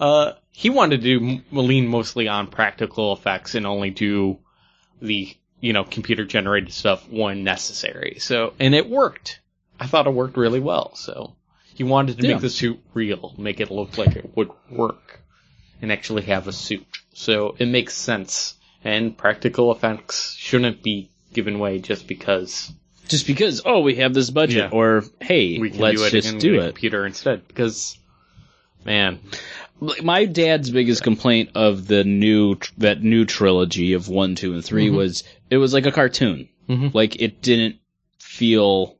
Speaker 4: Uh, he wanted to do, m- lean mostly on practical effects and only do the you know computer generated stuff when necessary. So and it worked. I thought it worked really well. So he wanted to
Speaker 5: Yeah.
Speaker 4: make the suit real, make it look like it would work, and actually have a suit. So it makes sense. And practical effects shouldn't be given away just because
Speaker 5: Just because, oh, we have this budget,
Speaker 4: Yeah.
Speaker 5: or hey,
Speaker 4: we can
Speaker 5: let's
Speaker 4: do it
Speaker 5: just
Speaker 4: in
Speaker 5: do
Speaker 4: the
Speaker 5: it.
Speaker 4: computer instead because man
Speaker 5: Like, My dad's biggest complaint of the new tr- that new trilogy of one, two, and
Speaker 4: Mm-hmm.
Speaker 5: 3 was it was like a cartoon.
Speaker 4: Mhm.
Speaker 5: Like it didn't feel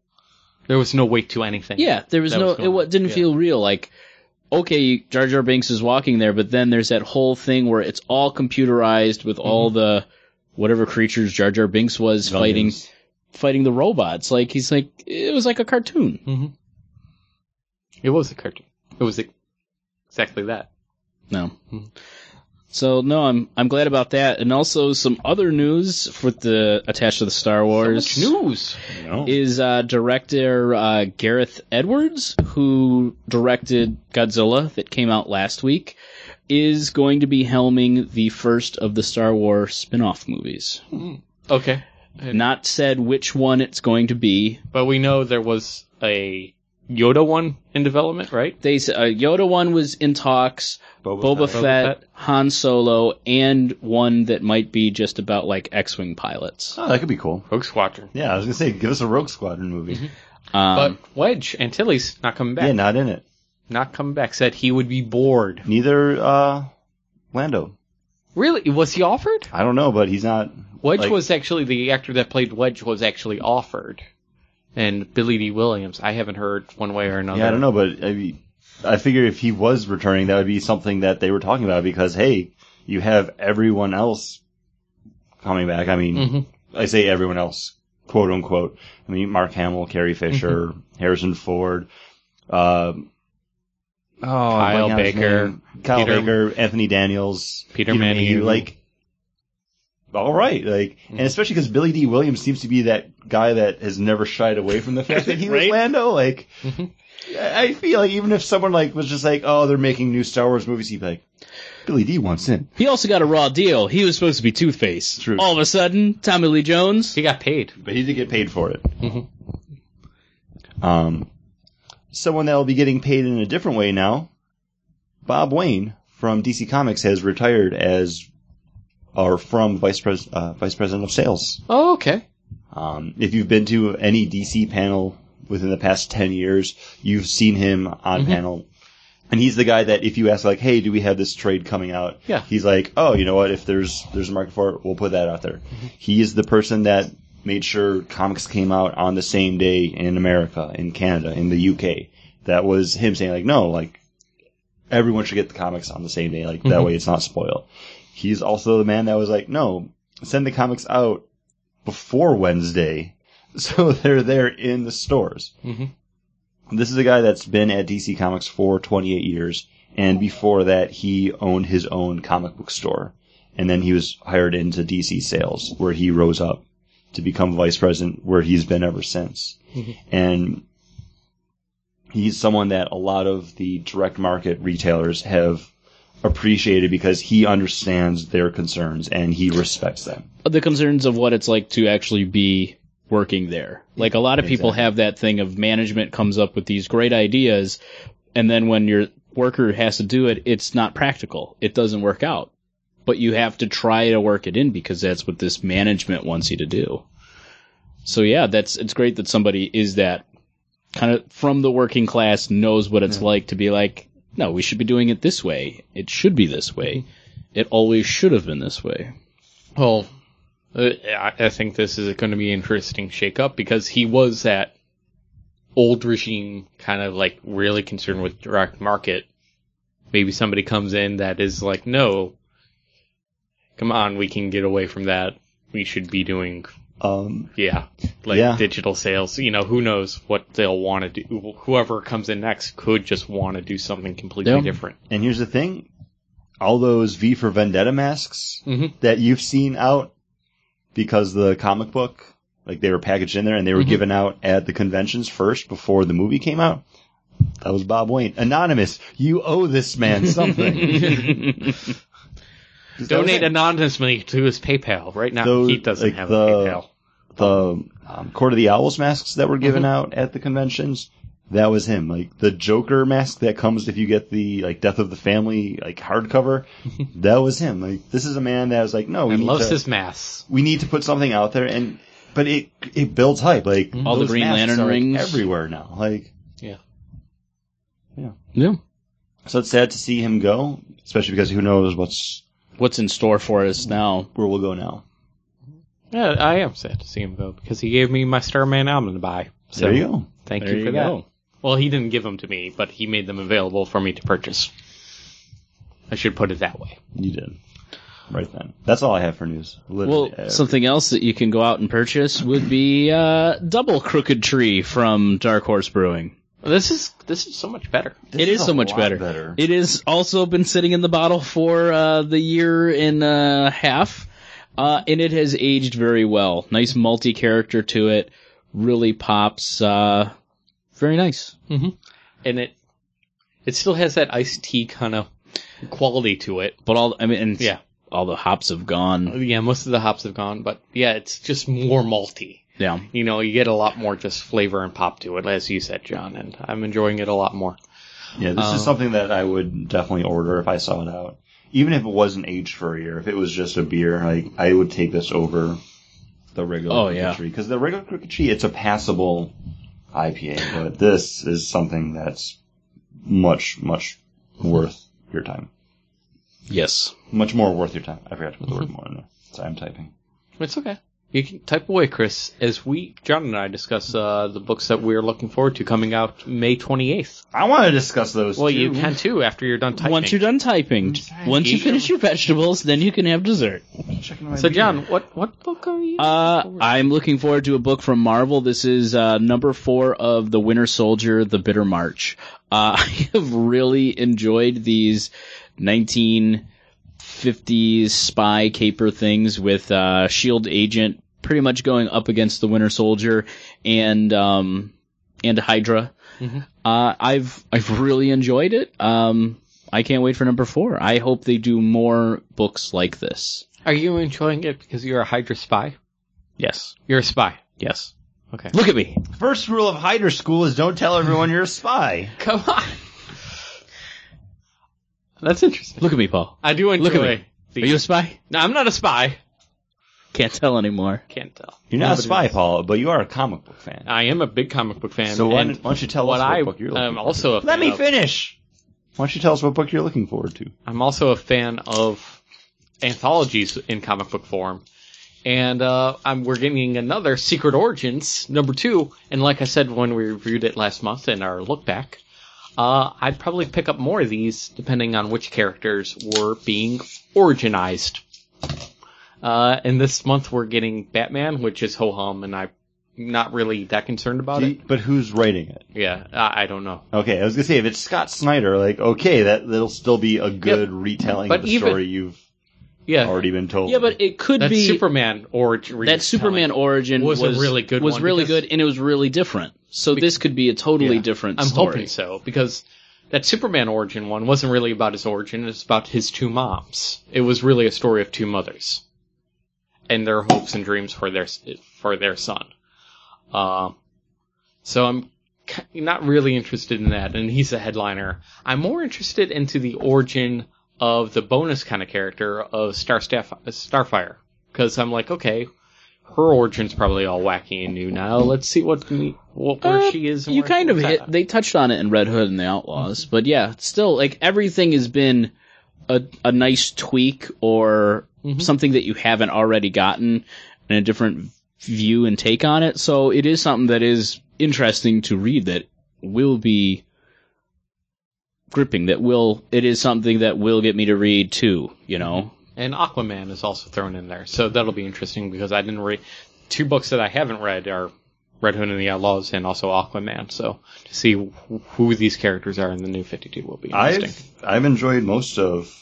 Speaker 4: there was no weight to anything
Speaker 5: Yeah, there was
Speaker 4: that
Speaker 5: no.
Speaker 4: was
Speaker 5: it
Speaker 4: going
Speaker 5: wa-
Speaker 4: on.
Speaker 5: didn't
Speaker 4: Yeah.
Speaker 5: feel real. Like, okay, Jar Jar Binks is walking there, but then there's that whole thing where it's all computerized
Speaker 4: Mm-hmm.
Speaker 5: with all the whatever creatures Jar Jar Binks was fighting, fighting the robots. Like he's like, it was like a cartoon.
Speaker 4: Mm-hmm. it was a cartoon it was e- exactly that
Speaker 5: No. So no, I'm I'm glad about that, and also some other news for the attached to the Star Wars
Speaker 4: news
Speaker 5: is uh, director uh, Gareth Edwards, who directed Godzilla that came out last week, is going to be helming the first of the Star Wars spin-off movies.
Speaker 4: okay
Speaker 5: Not said which one it's going to be.
Speaker 4: but we know there was a Yoda one in development, right?
Speaker 5: They s- uh, Yoda one was in talks.
Speaker 3: Boba
Speaker 5: Boba,
Speaker 3: Fett.
Speaker 5: Fett,
Speaker 4: Boba
Speaker 5: Han Solo, and one that might be just about like X-wing pilots.
Speaker 3: Oh, that could be cool.
Speaker 4: Rogue Squadron.
Speaker 3: Yeah, I was gonna say, give us a Rogue Squadron movie.
Speaker 5: Um,
Speaker 4: But Wedge Antilles not coming back.
Speaker 3: Yeah, not in it.
Speaker 4: Not coming back. Said he would be bored.
Speaker 3: Neither uh, Lando.
Speaker 4: Really? Was he offered?
Speaker 3: I don't know, but he's not.
Speaker 4: Wedge
Speaker 3: Like-
Speaker 4: was actually the actor that played Wedge was actually offered, and Billy D. Williams. I haven't heard one way or another.
Speaker 3: Yeah, I don't know, but I mean, I figure if he was returning, that would be something that they were talking about because hey, you have everyone else coming back. I mean,
Speaker 4: Mhm.
Speaker 3: I say everyone else, quote unquote. I mean, Mark Hamill, Carrie Fisher, Harrison Ford, um, oh, I'm
Speaker 4: Kyle
Speaker 3: blanking on his
Speaker 4: Baker,
Speaker 3: name. Kyle
Speaker 4: Peter-
Speaker 3: Baker, Anthony Daniels,
Speaker 4: Peter
Speaker 3: Mayhew,
Speaker 4: Mayhew.
Speaker 3: like. All right, like, and
Speaker 4: Mm-hmm.
Speaker 3: especially because Billy D. Williams seems to be that guy that has never shied away from the fact that he was
Speaker 5: Right?
Speaker 3: Lando. Like,
Speaker 4: Mhm.
Speaker 3: I I feel like even if someone like was just like, oh, they're making new Star Wars movies, he'd be like, Billy D. wants in.
Speaker 5: he also got a raw deal. He was supposed to be Two Face.
Speaker 3: True.
Speaker 5: All of a sudden, Tommy Lee Jones.
Speaker 4: He got paid.
Speaker 3: but he did get paid for it.
Speaker 4: Mhm.
Speaker 3: Um, someone that will be getting paid in a different way now, Bob Wayne from DC Comics has retired as, or from vice pres uh, vice president of sales.
Speaker 4: Oh, okay.
Speaker 3: Um, if you've been to any DC panel within the past 10 years, you've seen him on panel. And he's the guy that if you ask like, hey, do we have this trade coming out?
Speaker 4: Yeah.
Speaker 3: He's like, oh, you know what? If there's, there's a market for it, we'll put that out there. He is the person that made sure comics came out on the same day in America, in Canada, in the UK. That was him saying like, no, like, everyone should get the comics on the same day. Like, that way it's not spoiled. He's also the man that was like, no, send the comics out before Wednesday, so they're there in the stores.
Speaker 4: Mhm.
Speaker 3: This is a guy that's been at DC Comics for 28 years, and before that, he owned his own comic book store. And then he was hired into DC sales, where he rose up to become vice president, where he's been ever since. And he's someone that a lot of the direct market retailers have appreciated because he understands their concerns and he respects them.
Speaker 5: the concerns of what it's like to actually be working there. Like a lot of people
Speaker 3: exactly.
Speaker 5: have that thing of management comes up with these great ideas, and then when your worker has to do it, it's not practical. It doesn't work out. But you have to try to work it in because that's what this management wants you to do. So yeah, that's it's great that somebody is that kind of from the working class knows what it's like to be like, no, we should be doing it this way. It should be this way. It always should have been this way.
Speaker 4: Well, uh, I I think this is going to be an interesting shakeup because he was that old regime kind of like really concerned with direct market. Maybe somebody comes in that is like, no, come on, we can get away from that. We should be doing,
Speaker 3: Um,
Speaker 4: yeah, like
Speaker 3: Yeah.
Speaker 4: digital sales. You know, who knows what they'll want to do. Whoever comes in next could just want to do something completely
Speaker 5: Yeah.
Speaker 4: different.
Speaker 3: and here's the thing: all those V for Vendetta masks
Speaker 4: Mhm.
Speaker 3: that you've seen out because the comic book, like they were packaged in there and they were given out at the conventions first before the movie came out. That was Bob Wayne, anonymous. You owe this man something.
Speaker 4: Donate anonymously to his PayPal right now.
Speaker 3: Those-
Speaker 4: he doesn't
Speaker 3: like
Speaker 4: have
Speaker 3: the-
Speaker 4: a PayPal.
Speaker 3: the um, Court of the Owls masks that were given
Speaker 5: mm-hmm.
Speaker 3: out at the conventions. That was him. Like the Joker mask that comes if you get the like Death of the Family like hardcover. that was him. Like this is a man that was like, no, we
Speaker 4: and
Speaker 3: need
Speaker 4: loves
Speaker 3: to,
Speaker 4: his mass.
Speaker 3: we need to put something out there and but it it builds hype like
Speaker 5: All the
Speaker 3: those
Speaker 5: Mm-hmm. Green
Speaker 3: masks
Speaker 5: Lantern
Speaker 3: are, like,
Speaker 5: rings.
Speaker 3: everywhere now like
Speaker 5: Yeah.
Speaker 3: so it's sad to see him go especially because who knows what's
Speaker 5: what's in store for us now.
Speaker 3: where we'll go now
Speaker 4: Yeah, I am sad to see him go because he gave me my Starman album to buy. So
Speaker 3: there you go
Speaker 4: Thank
Speaker 5: There
Speaker 4: you for
Speaker 5: you
Speaker 4: that.
Speaker 5: go.
Speaker 4: Well, he didn't give them to me, but he made them available for me to purchase. I should put it that way.
Speaker 3: you did right then that's all I have for news
Speaker 5: Well,
Speaker 3: literally every-
Speaker 5: something else that you can go out and purchase would be uh, Double Crooked Tree from Dark Horse Brewing.
Speaker 4: This is this is so much better.
Speaker 3: This
Speaker 5: it is,
Speaker 3: a
Speaker 5: so much
Speaker 3: lot
Speaker 5: better.
Speaker 3: better
Speaker 5: It has also been sitting in the bottle for uh, the year and a half, uh, and it has aged very well. Nice multi character to it. Really pops. Uh, very nice.
Speaker 4: And it it still has that iced tea kind of quality to it.
Speaker 5: But all I mean, and
Speaker 4: Yeah.
Speaker 5: all the hops have gone.
Speaker 4: Yeah, most of the hops have gone, but yeah, it's just more malty.
Speaker 5: Yeah.
Speaker 4: you know, you get a lot more just flavor and pop to it, as you said, John, and I'm enjoying it a lot more.
Speaker 3: Yeah, this is something that I would definitely order if I saw it out. Even if it wasn't aged for a year, if it was just a beer, like I would take this over the regular
Speaker 5: Oh, yeah.
Speaker 3: because the regular cricketry it's a passable IPA, but this is something that's much much worth your time.
Speaker 5: Yes.
Speaker 3: Much more worth your time. I forgot to put the word more in there. So I'm typing.
Speaker 4: It's okay. You can type away, Chris, as we, John and I, discuss uh, the books that we're looking forward to coming out May 28th.
Speaker 3: I want to discuss those.
Speaker 4: Well,
Speaker 3: too.
Speaker 4: you can too after you're done typing.
Speaker 5: Once you're done typing, once you
Speaker 4: Eat
Speaker 5: finish your vegetables, then you can have dessert.
Speaker 3: Checking my
Speaker 4: So,
Speaker 3: beer.
Speaker 4: John, what what book are you?
Speaker 5: Uh, I'm looking forward to a book from Marvel. This is uh, number four of The Winter Soldier, The Bitter March. Uh, I have really enjoyed these 1950s spy caper things with uh, S.H.I.E.L.D. agent pretty much going up against the Winter Soldier and, um, and Hydra. Uh, I've I've really enjoyed it. Um, I can't wait for number four. I hope they do more books like this.
Speaker 4: Are you enjoying it because you're a Hydra spy?
Speaker 5: Yes.
Speaker 4: You're a spy.
Speaker 5: Yes.
Speaker 4: Okay.
Speaker 5: Look at me.
Speaker 3: First rule of Hyder School is don't tell everyone you're a spy.
Speaker 4: Come on. That's interesting.
Speaker 5: Look at me, Paul.
Speaker 4: I do enjoy.
Speaker 5: Look at me.
Speaker 4: The,
Speaker 5: Are you a spy?
Speaker 4: no, I'm not a spy.
Speaker 5: Can't tell anymore.
Speaker 4: Can't tell.
Speaker 3: You're not a spy, Paul, but you are a comic book fan.
Speaker 4: I am a big comic book fan.
Speaker 3: So why
Speaker 4: and
Speaker 3: don't, why don't you tell
Speaker 4: what
Speaker 3: us what
Speaker 4: I
Speaker 3: book you're looking
Speaker 4: am
Speaker 3: for?
Speaker 4: also a fan
Speaker 3: Let me
Speaker 4: of-
Speaker 3: finish. Why don't you tell us what book you're looking forward to?
Speaker 4: I'm also a fan of anthologies in comic book form. And uh, I'm, we're getting another Secret Origins number two. And like I said when we reviewed it last month in our look back, uh, I'd probably pick up more of these depending on which characters were being originized. Uh, and this month we're getting Batman, which is ho hum, and I'm not really that concerned about it.
Speaker 3: But who's writing it?
Speaker 4: Yeah, I, I don't know.
Speaker 3: Okay, I was gonna say if it's Scott Snyder, like okay, that that'll still be a good retelling
Speaker 4: But
Speaker 3: of the
Speaker 4: even-
Speaker 3: story you've
Speaker 4: Yeah,
Speaker 3: already been told.
Speaker 5: Yeah, but it could
Speaker 4: that
Speaker 5: be
Speaker 4: Superman origin.
Speaker 5: that Superman origin
Speaker 4: was
Speaker 5: was,
Speaker 4: a really good
Speaker 5: was
Speaker 4: one
Speaker 5: really
Speaker 4: because-
Speaker 5: good and it was really different. So this could be a totally
Speaker 4: Yeah.
Speaker 5: different
Speaker 4: I'm
Speaker 5: story.
Speaker 4: hoping so because that Superman origin one wasn't really about his origin; it's about his two moms. It was really a story of two mothers and their hopes and dreams for their for their son. Um, so I'm ki- not really interested in that, and he's a headliner. I'm more interested into the origin of the bonus kind of character of Star Staff, Starfire because I'm like, okay. Her origin's probably all wacky and new now. Let's see what, what where
Speaker 5: Uh,
Speaker 4: she is. And
Speaker 5: You
Speaker 4: where-
Speaker 5: kind of
Speaker 4: what's
Speaker 5: hit.
Speaker 4: at.
Speaker 5: They touched on it in Red Hood and the Outlaws, but yeah, still like everything has been a a nice tweak or
Speaker 4: Mm-hmm.
Speaker 5: something that you haven't already gotten and a different view and take on it. So it is something that is interesting to read that will be gripping. That will it is something that will get me to read too. You know.
Speaker 4: And Aquaman is also thrown in there, so that'll be interesting because I didn't read two books that I haven't read are Red Hood and the Outlaws and also Aquaman. So to see wh- who these characters are in the New Fifty Two will be interesting.
Speaker 3: I've I've enjoyed most of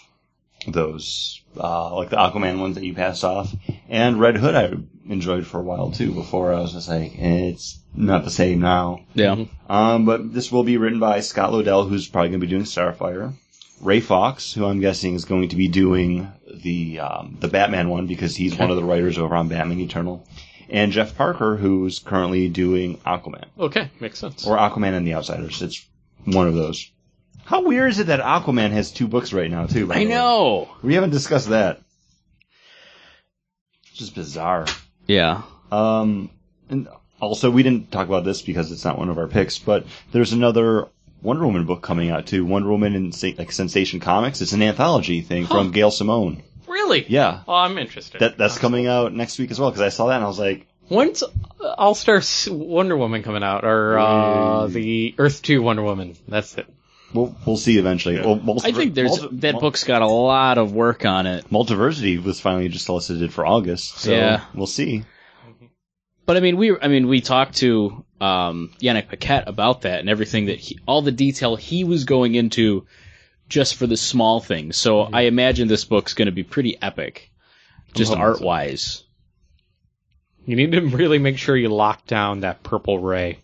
Speaker 3: those, uh, like the Aquaman ones that you passed off, and Red Hood. I enjoyed for a while too. Before I was just like, eh, it's not the same now.
Speaker 4: Mm-hmm.
Speaker 5: Yeah.
Speaker 3: Um, but this will be written by Scott Lobdell, who's probably going to be doing Starfire. Ray Fox, who I'm guessing is going to be doing the um, the Batman one because he's one of the writers over on Batman Eternal, and Jeff Parker, who's currently doing Aquaman
Speaker 4: Okay, makes sense.
Speaker 3: or Aquaman and the Outsiders. It's one of those. How weird is it that Aquaman has two books right now too? by
Speaker 5: I
Speaker 3: the way?
Speaker 5: know.
Speaker 3: we haven't discussed that. It's just bizarre.
Speaker 5: Yeah.
Speaker 3: Um, and also, we didn't talk about this because it's not one of our picks, but there's another Wonder Woman book coming out too. Wonder Woman in Sen- like Sensation Comics. It's an anthology thing from Gail Simone.
Speaker 4: really?
Speaker 3: Yeah,
Speaker 4: Oh, I'm interested.
Speaker 3: that that's coming out next week as well because I saw that and I was like,
Speaker 4: When's All Star Wonder Woman coming out, or uh, the Earth Two Wonder Woman? That's it.
Speaker 3: we'll we'll see eventually. Well, multi-
Speaker 5: I think there's
Speaker 3: multi-
Speaker 5: that book's got a lot of work on it.
Speaker 3: Multiversity was finally just solicited for August, so
Speaker 5: Yeah.
Speaker 3: we'll see.
Speaker 5: But I mean, we I mean, we talked to um, Yannick Paquette about that and everything that he, all the detail he was going into just for the small things. So I imagine this book's going to be pretty epic, just
Speaker 3: hoping
Speaker 5: art wise.
Speaker 4: You need to really make sure you lock down that purple ray.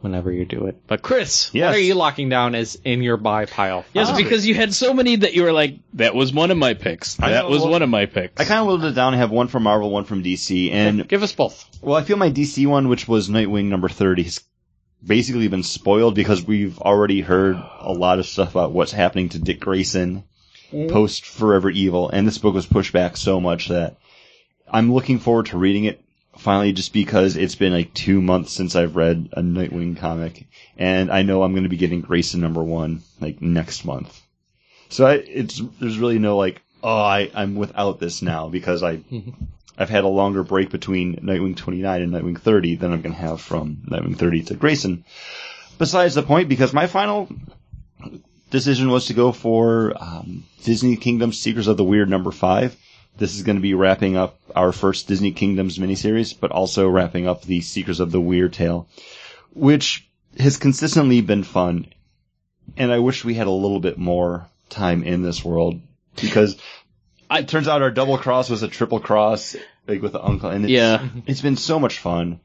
Speaker 4: whenever you do it. But Chris,
Speaker 3: Yes.
Speaker 4: what are you locking down as in your buy pile?
Speaker 5: Yes,
Speaker 4: Ah.
Speaker 5: because you had so many that you were like, that was one of my picks.
Speaker 3: I
Speaker 5: That
Speaker 3: know,
Speaker 5: was
Speaker 3: well,
Speaker 5: one of my picks.
Speaker 3: I kind of whittled it down. I have one from Marvel, one from DC, and
Speaker 4: give us both.
Speaker 3: Well, I feel my DC one, which was Nightwing number 30, has basically been spoiled because we've already heard a lot of stuff about what's happening to Dick Grayson post Forever Evil, and this book was pushed back so much that I'm looking forward to reading it finally just because it's been like two months since I've read a Nightwing comic, and I know I'm going to be getting Grayson number one like next month. So I, it's there's really no like oh I I'm without this now because I I've had a longer break between Nightwing 29 and Nightwing 30 than I'm going to have from Nightwing 30 to Grayson. Besides the point, because my final decision was to go for um, Disney Kingdom Secrets of the Weird number five. This is going to be wrapping up our first Disney Kingdoms miniseries, but also wrapping up the Secrets of the Weird tale, which has consistently been fun. And I wish we had a little bit more time in this world because it turns out our double cross was a triple cross, like with the uncle. And it's,
Speaker 5: Yeah.
Speaker 3: it's been so much fun.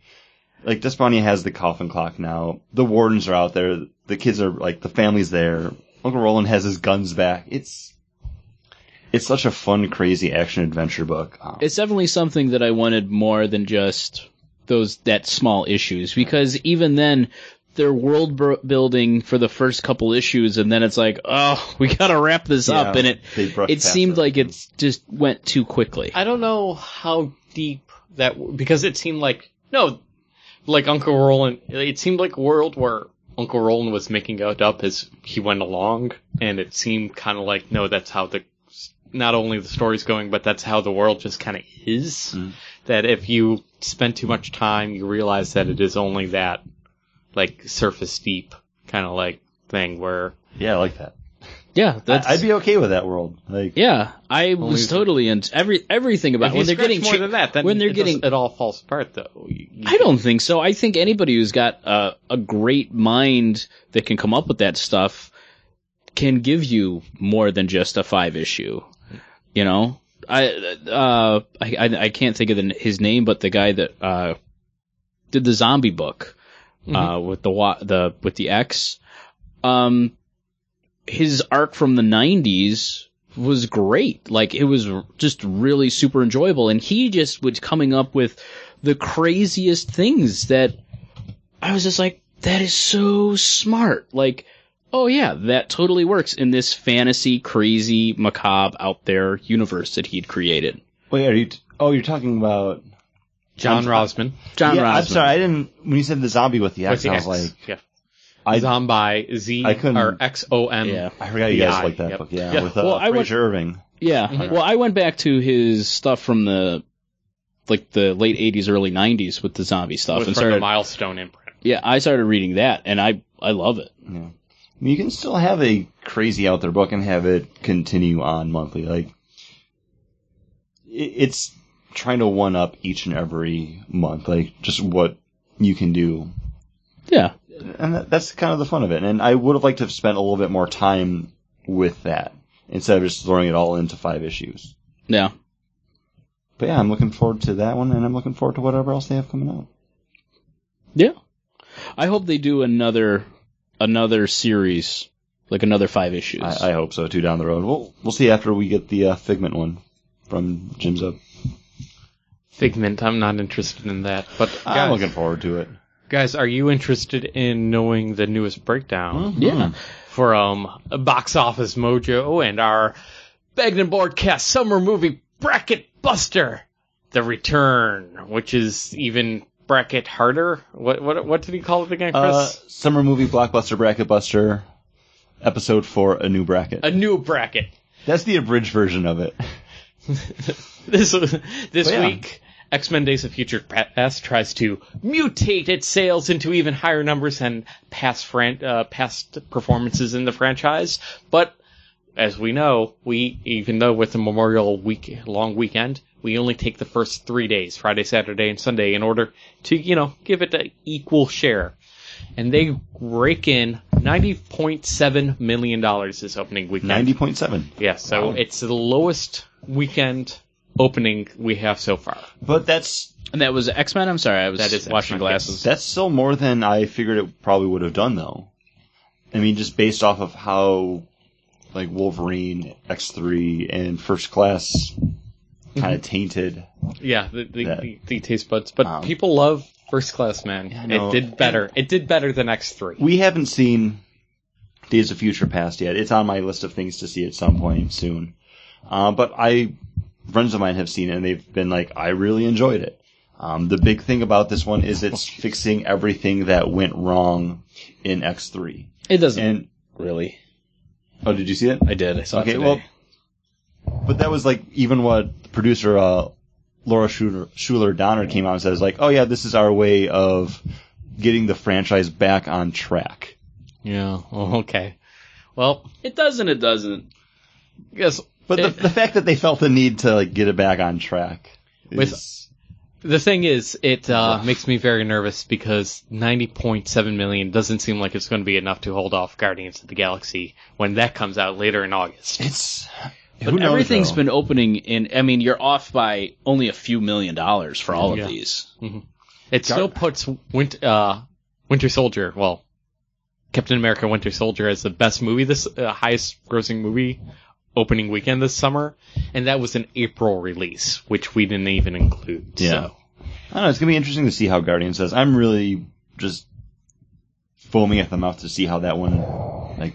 Speaker 3: Like Desponia has the coffin clock now. The wardens are out there. The kids are like the family's there. Uncle Roland has his guns back. It's it's such a fun, crazy action adventure book. Um,
Speaker 5: it's definitely something that I wanted more than just those that small issues because even then they're world bro- building for the first couple issues and then it's like oh we gotta wrap this
Speaker 3: Yeah,
Speaker 5: up and it
Speaker 3: they brush
Speaker 5: it
Speaker 3: past
Speaker 5: seemed
Speaker 3: it.
Speaker 5: like it just went too quickly
Speaker 4: I don't know how deep that w- because it seemed like no, like Uncle Roland. It seemed like a world where Uncle Roland was making it up as he went along, and it seemed kind of like no, that's how the not only the story's going, but that's how the world just kind of is.
Speaker 5: Mm-hmm.
Speaker 4: That if you spend too much time, you realize that it is only that like surface deep kind of like thing where
Speaker 3: yeah, I like that.
Speaker 5: yeah that's
Speaker 3: I'd be okay with that world. Like
Speaker 5: yeah I was
Speaker 4: if-
Speaker 5: totally into every everything about
Speaker 4: If you
Speaker 5: when they're
Speaker 4: scratch
Speaker 5: getting
Speaker 4: more
Speaker 5: cha-
Speaker 4: than that, then
Speaker 5: when they're
Speaker 4: it does-
Speaker 5: getting
Speaker 4: it all falls apart though. You- you-
Speaker 5: I don't think so. I think anybody who's got a, a great mind that can come up with that stuff can give you more than just a five issue. You know, I uh I I, I can't think of the, his name, but the guy that uh did the zombie book
Speaker 4: Mm-hmm.
Speaker 5: uh with the wa- the with the X, um, his arc from the '90s was great. Like it was r- just really super enjoyable, and he just was coming up with the craziest things that I was just like, that is so smart. Like, oh yeah, that totally works in this fantasy, crazy, macabre out there universe that he'd created.
Speaker 3: wait, are you? T- oh, you're talking about
Speaker 4: John Rosman.
Speaker 5: John
Speaker 3: Yeah,
Speaker 5: Rosman.
Speaker 3: I'm sorry, I didn't. When you said the zombie with the axe,
Speaker 4: What's the
Speaker 3: I
Speaker 4: X?
Speaker 3: was like,
Speaker 4: yeah.
Speaker 3: I-
Speaker 4: Zombie Z
Speaker 3: I couldn't-
Speaker 4: or X O M.
Speaker 5: Yeah.
Speaker 3: I forgot you guys
Speaker 4: Yeah,
Speaker 3: like that
Speaker 4: yep.
Speaker 3: book. Yeah,
Speaker 4: Yeah.
Speaker 3: with uh,
Speaker 5: Well, I would-
Speaker 3: Fraser Irving.
Speaker 5: Yeah. Well, I went back to his stuff from the like the late 80s, early 90s with the zombie stuff,
Speaker 4: Was
Speaker 5: and
Speaker 4: from the
Speaker 5: started.
Speaker 4: milestone imprint.
Speaker 5: yeah, I started reading that, and I I love it.
Speaker 3: You can still have a crazy out there book and have it continue on monthly. Like i- it's trying to one up each and every month, like just what you can do,
Speaker 5: Yeah.
Speaker 3: and that, that's kind of the fun of it. And I would have liked to have spent a little bit more time with that instead of just throwing it all into five issues.
Speaker 5: Yeah.
Speaker 3: But yeah, I'm looking forward to that one, and I'm looking forward to whatever else they have coming out.
Speaker 5: Yeah. I hope they do another another series, like another five issues.
Speaker 3: I, I hope so too down the road. We'll we'll see after we get the uh, Figment one from Jim's up.
Speaker 4: Figment. I'm not interested in that. But
Speaker 3: I'm
Speaker 4: guys,
Speaker 3: looking forward to it.
Speaker 4: guys, are you interested in knowing the newest breakdown
Speaker 3: Hmm.
Speaker 5: yeah.
Speaker 4: from Box Office Mojo and our Bagden Broadcast Summer Movie Bracket Buster: The Return, which is even bracket harder. What what what did he call it again, Chris?
Speaker 3: Uh, summer movie blockbuster bracket buster episode for a new bracket.
Speaker 4: a new bracket.
Speaker 3: That's the abridged version of it.
Speaker 4: this this
Speaker 3: But yeah.
Speaker 4: week, X Men: Days of Future Past tries to mutate its sales into even higher numbers than past fran- uh, past performances in the franchise. But as we know, we even though with the Memorial Week long weekend, we only take the first three days, Friday, Saturday, and Sunday, in order to you know give it an equal share. And they rake in ninety point seven million dollars this opening weekend.
Speaker 3: Ninety point seven.
Speaker 4: Yeah, so it's the lowest weekend opening we have so far.
Speaker 3: But that's
Speaker 5: And that was X Men. I'm sorry, I was
Speaker 4: That is
Speaker 5: washing
Speaker 4: X-Men,
Speaker 5: glasses.
Speaker 3: That's still more than I figured it probably would have done, though. I mean, just based off of how, like, Wolverine, X3, and First Class kind of tainted.
Speaker 4: Yeah, the the,
Speaker 3: That-
Speaker 4: the, the taste buds. But
Speaker 3: Um,
Speaker 4: people love First Class Man.
Speaker 3: Yeah, I
Speaker 4: it
Speaker 3: know.
Speaker 4: did better. It did better than X three.
Speaker 3: We haven't seen Days of Future Past yet. It's on my list of things to see at some point soon. Uh, but I, friends of mine have seen it, and they've been like, I really enjoyed it. Um, the big thing about this one is it's fixing everything that went wrong in X3.
Speaker 5: It doesn't
Speaker 3: And,
Speaker 5: really.
Speaker 3: oh, did you see it?
Speaker 5: I did. I saw it
Speaker 3: Okay,
Speaker 5: today.
Speaker 3: well, but that was like even what producer uh, Laura Schuler, Schuler Donner came out and says like, oh yeah, this is our way of getting the franchise back on track.
Speaker 4: Yeah. Oh, okay. Well,
Speaker 5: it doesn't. It doesn't.
Speaker 4: yes.
Speaker 3: But the,
Speaker 4: It-
Speaker 3: the fact that they felt the need to like get it back on track is
Speaker 4: With- The thing is, it uh, makes me very nervous because 90.7 million doesn't seem like it's going to be enough to hold off Guardians of the Galaxy when that comes out later in August.
Speaker 3: it's
Speaker 5: But
Speaker 3: who knows,
Speaker 5: everything's
Speaker 3: though?
Speaker 5: been opening in. I mean, you're off by only a few million dollars for all of
Speaker 4: Yeah.
Speaker 5: these.
Speaker 4: It still puts Winter, uh, Winter Soldier, well, Captain America Winter Soldier as the best movie this, uh, highest grossing movie opening weekend this summer. And that was an April release, which we didn't even include.
Speaker 3: Yeah.
Speaker 4: So.
Speaker 3: I don't know. It's gonna be interesting to see how Guardians does. I'm really just foaming at the mouth to see how that one like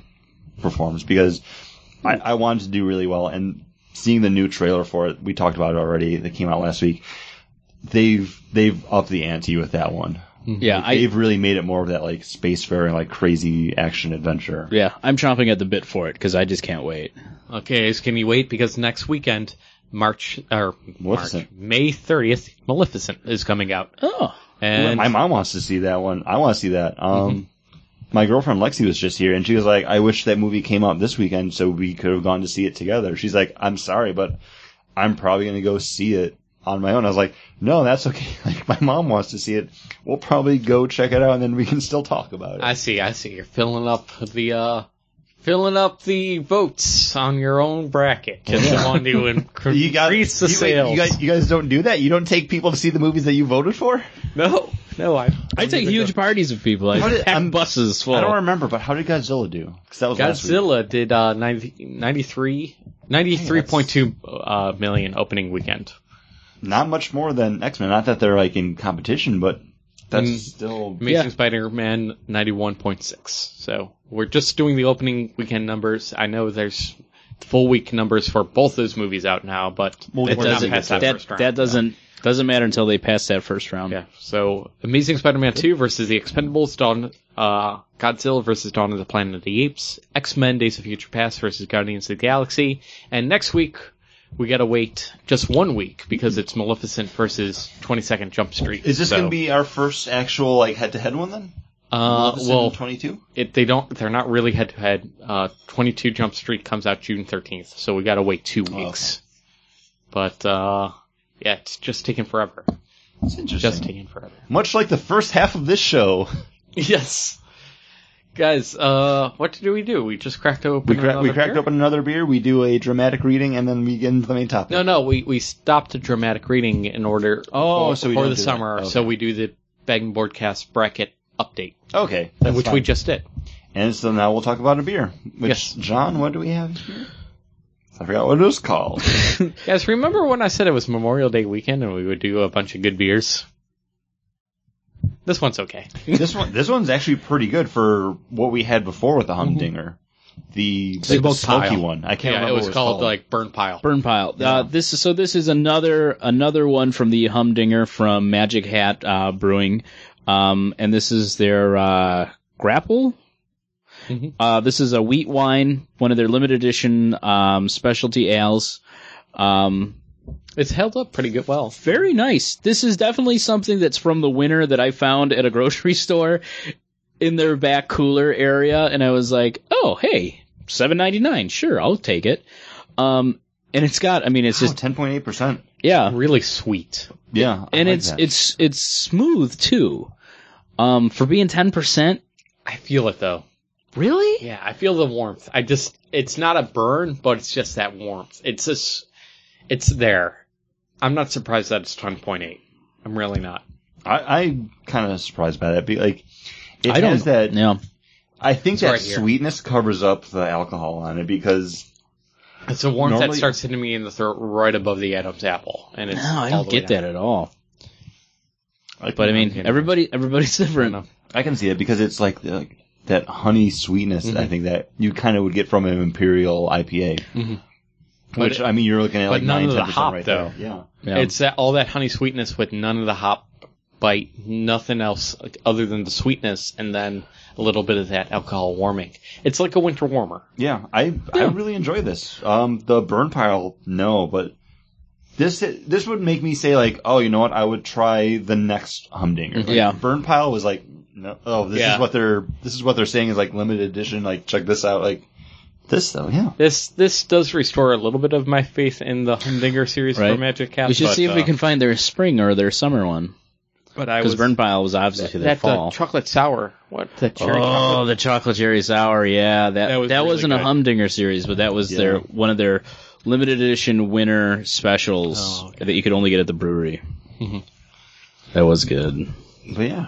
Speaker 3: performs because I, I wanted to do really well. And seeing the new trailer for it, we talked about it already. That came out last week. They've they've upped the ante with that one.
Speaker 5: Yeah, I
Speaker 3: they've really made it more of that like spacefaring, like crazy action adventure.
Speaker 5: yeah, I'm chomping at the bit for it because I just can't wait.
Speaker 4: Okay, so can you wait? Because next weekend, March or March,
Speaker 3: Maleficent.
Speaker 4: May thirtieth, Maleficent is coming out,
Speaker 5: Oh,
Speaker 4: and
Speaker 3: my mom wants to see that one. I want to see that. Um,
Speaker 4: Mm-hmm.
Speaker 3: My girlfriend Lexi was just here, and she was like, "I wish that movie came out this weekend so we could have gone to see it together." She's like, "I'm sorry, but I'm probably gonna go see it on my own." I was like, "No, that's okay. Like, my mom wants to see it. We'll probably go check it out, and then we can still talk about it."
Speaker 4: I see, I see, you're filling up the uh, filling up the votes on your own bracket because you want to incre-
Speaker 3: you got
Speaker 4: increase the
Speaker 3: you, wait,
Speaker 4: sales.
Speaker 3: You guys, you guys don't do that. You don't take people to see the movies that you voted for.
Speaker 4: no, no, I
Speaker 5: I take huge parties of people. I
Speaker 3: How did-
Speaker 5: pack
Speaker 3: I'm-
Speaker 5: buses full.
Speaker 3: I don't remember, but how did Godzilla do? Because that was last week.
Speaker 4: Godzilla did uh 90, 93 93.2 uh, million opening weekend.
Speaker 3: not much more than X Men. Not that they're like in competition, but that's
Speaker 4: Mm.
Speaker 3: still
Speaker 4: Amazing
Speaker 5: Yeah.
Speaker 4: Spider-Man 91.6. So we're just doing the opening weekend numbers. I know there's full week numbers for both those movies out now, but
Speaker 3: Well,
Speaker 4: we're
Speaker 5: That
Speaker 3: We're
Speaker 4: not
Speaker 5: doesn't.
Speaker 4: past that,
Speaker 5: that,
Speaker 4: first round.
Speaker 5: that doesn't doesn't matter until they pass that first round.
Speaker 4: Yeah. So Amazing Spider-Man 2 versus the Expendables, Dawn, uh, Godzilla versus Dawn of the Planet of the Apes, X-Men Days of Future Past versus Guardians of the Galaxy, and next week we gotta wait just one week because it's Maleficent versus 22nd Jump Street.
Speaker 3: Is this
Speaker 4: So,
Speaker 3: going to be our first actual like head to head one then?
Speaker 4: uh, well,
Speaker 3: twenty two.
Speaker 4: it they don't they're not really head to head. Uh, Twenty Two Jump Street comes out June thirteenth, so we gotta wait two weeks. But uh, yeah, it's just taking forever.
Speaker 3: It's interesting.
Speaker 4: Just taking forever.
Speaker 3: Much like the first half of this show,
Speaker 4: Yes, guys. Uh, what did we do? We just cracked open.
Speaker 3: we cra- we
Speaker 4: another
Speaker 3: cracked
Speaker 4: beer?
Speaker 3: open another beer. We do a dramatic reading, and then we get into the main topic.
Speaker 4: No, no, we we stopped the dramatic reading in order.
Speaker 3: Oh,
Speaker 4: for,
Speaker 3: so we
Speaker 4: for
Speaker 3: don't do
Speaker 4: the
Speaker 3: that.
Speaker 4: summer,
Speaker 3: Okay.
Speaker 4: so we do the Bang Board Cast bracket update,
Speaker 3: Okay, that's
Speaker 4: which
Speaker 3: fine.
Speaker 4: we just did.
Speaker 3: and so now we'll talk about a beer. Which
Speaker 4: Yes.
Speaker 3: John, what do we have? here? I forgot what it was called.
Speaker 4: Guys, remember when I said it was Memorial Day weekend and we would do a bunch of good beers? This one's okay.
Speaker 3: this one, this one's actually pretty good for what we had before with the Humdinger, the,
Speaker 4: They
Speaker 3: the
Speaker 4: both
Speaker 3: smoky
Speaker 4: pile.
Speaker 3: one. I can't
Speaker 4: Mm-hmm. Yeah,
Speaker 3: remember
Speaker 4: it was,
Speaker 3: what it
Speaker 4: called, like Burn Pile.
Speaker 5: Burn pile. Uh, this is so. This is another another one from the Humdinger from Magic Hat uh, Brewing, um, and this is their uh, Grapple.
Speaker 4: Mhm.
Speaker 5: Uh, this is a wheat wine, one of their limited edition um, specialty ales. Um,
Speaker 4: It's held up pretty good well.
Speaker 5: very nice. This is definitely something that's from the winter that I found at a grocery store in their back cooler area, and I was like, "Oh, hey, seven ninety nine. Sure, I'll take it." Um, and it's got. I mean, it's just
Speaker 3: Oh, ten point eight percent.
Speaker 5: yeah,
Speaker 4: Really sweet.
Speaker 3: Yeah, I
Speaker 5: and
Speaker 3: like
Speaker 5: it's
Speaker 3: that.
Speaker 5: it's it's smooth too. Um, for being ten percent,
Speaker 4: I feel it though.
Speaker 5: really?
Speaker 4: Yeah, I feel the warmth. I just, it's not a burn, but it's just that warmth. It's just, it's there. I'm not surprised that it's 10.8. I'm really not.
Speaker 3: I, I'm kind of surprised by that. Be like, it
Speaker 5: I don't
Speaker 3: has that.
Speaker 5: Yeah.
Speaker 3: I think
Speaker 4: It's
Speaker 3: that
Speaker 4: right here.
Speaker 3: sweetness covers up the alcohol on it because
Speaker 4: It's a warmth that
Speaker 3: Normally-
Speaker 4: starts hitting me in the throat right above the Adam's apple, and it's
Speaker 5: No, I
Speaker 4: all
Speaker 5: don't
Speaker 4: the way
Speaker 5: get
Speaker 4: down.
Speaker 5: that at all.
Speaker 3: I
Speaker 5: But I
Speaker 3: can-
Speaker 5: mean,
Speaker 4: get it.
Speaker 5: everybody everybody's different.
Speaker 4: enough.
Speaker 3: I can see it because it's like the, like that honey sweetness. I
Speaker 4: Mhm.
Speaker 3: think that you kind of would get from an imperial IPA,
Speaker 4: Mhm.
Speaker 3: which
Speaker 4: But-
Speaker 3: I mean, you're looking at
Speaker 4: but
Speaker 3: like
Speaker 4: none
Speaker 3: nine
Speaker 4: of the
Speaker 3: ten percent
Speaker 4: hop,
Speaker 3: right
Speaker 4: though.
Speaker 3: there. Yeah,
Speaker 5: Yeah.
Speaker 4: It's that, all that honey sweetness with none of the hop bite, nothing else like, other than the sweetness, and then a little bit of that alcohol warming. It's like a winter warmer.
Speaker 3: yeah. I I really enjoy this. Um, the burn pile, no, but this this would make me say like, oh, you know what? I would try the next humdinger. Like,
Speaker 5: Yeah.
Speaker 3: burn pile was like, no, oh, this
Speaker 4: Yeah.
Speaker 3: is what they're this is what they're saying is like limited edition. Like, check this out. Like this though, yeah.
Speaker 4: This this does restore a little bit of my faith in the Humdinger series
Speaker 5: Right.
Speaker 4: for Magic Cap.
Speaker 5: we should
Speaker 4: but,
Speaker 5: see if we
Speaker 4: uh,
Speaker 5: can find their spring or their summer one.
Speaker 4: But I
Speaker 5: Because
Speaker 4: was
Speaker 5: Burn Pile was obviously their
Speaker 4: that uh, the
Speaker 5: fall.
Speaker 4: chocolate sour. What the cherry chocolate?
Speaker 5: oh, the chocolate cherry sour. Yeah, that that,
Speaker 4: That was really
Speaker 5: wasn't a
Speaker 4: good.
Speaker 5: Humdinger series, but that was their one of their limited edition winter specials
Speaker 4: Oh, okay.
Speaker 5: that you could only get at the brewery.
Speaker 4: Mhm.
Speaker 5: That was good.
Speaker 3: But yeah,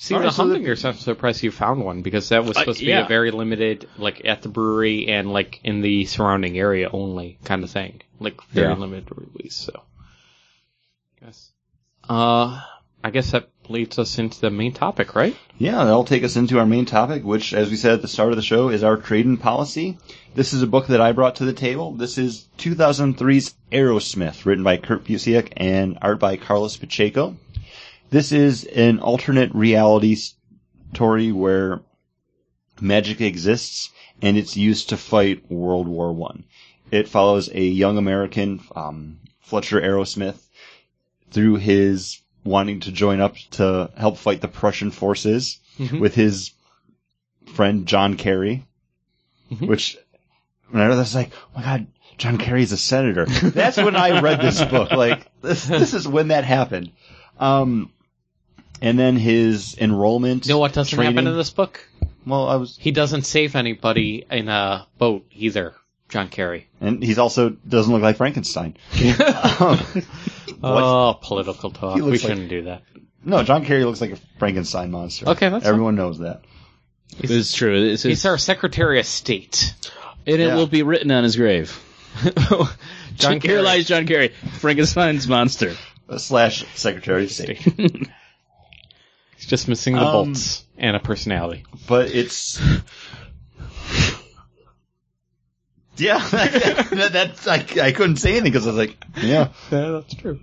Speaker 4: See,
Speaker 3: All
Speaker 4: the
Speaker 3: right, so the-
Speaker 4: Humdinger, so I'm surprised you found one because that was
Speaker 5: Uh,
Speaker 4: supposed to be
Speaker 5: yeah.
Speaker 4: a very limited, like at the brewery and like in the surrounding area only kind of thing, like very
Speaker 5: Yeah.
Speaker 4: limited release. So, yes. Uh, I guess that leads us into the main topic, right?
Speaker 3: Yeah, that'll take us into our main topic, which, as we said at the start of the show, is our trade and policy. This is a book that I brought to the table. This is 2003's Aerosmith, written by Kurt Busiek and art by Carlos Pacheco. This is an alternate reality story where magic exists and it's used to fight World War One. It follows a young American, um, Fletcher Aerosmith, through his wanting to join up to help fight the Prussian forces
Speaker 4: Mhm.
Speaker 3: with his friend John Kerry,
Speaker 4: Mhm.
Speaker 3: which when I read this, I was like, oh my god, John Kerry's a senator. That's when I read this book. Like this, this is when that happened. Um, and then his enrollment.
Speaker 4: You know what doesn't happen
Speaker 3: training-
Speaker 4: in this book?
Speaker 3: Well, I was,
Speaker 4: He doesn't save anybody in a boat either. John Kerry.
Speaker 3: and he's also doesn't look like Frankenstein. Um,
Speaker 4: Oh, political talk.
Speaker 3: He looks
Speaker 4: We
Speaker 3: like-
Speaker 4: shouldn't do that.
Speaker 3: no, John Kerry looks like a Frankenstein monster.
Speaker 4: Okay, that's fine.
Speaker 3: everyone knows that.
Speaker 5: It's, true. It's,
Speaker 4: He's our Secretary of State.
Speaker 5: and it
Speaker 3: yeah.
Speaker 5: will be written on his grave.
Speaker 4: John
Speaker 5: Here
Speaker 4: Kerry.
Speaker 5: lies John Kerry, Frankenstein's monster.
Speaker 3: Uh, slash Secretary of State.
Speaker 4: He's just missing the
Speaker 3: Um,
Speaker 4: bolts and a personality.
Speaker 3: but it's yeah that, that's I, I couldn't say anything because i was like yeah
Speaker 4: Yeah, that's true.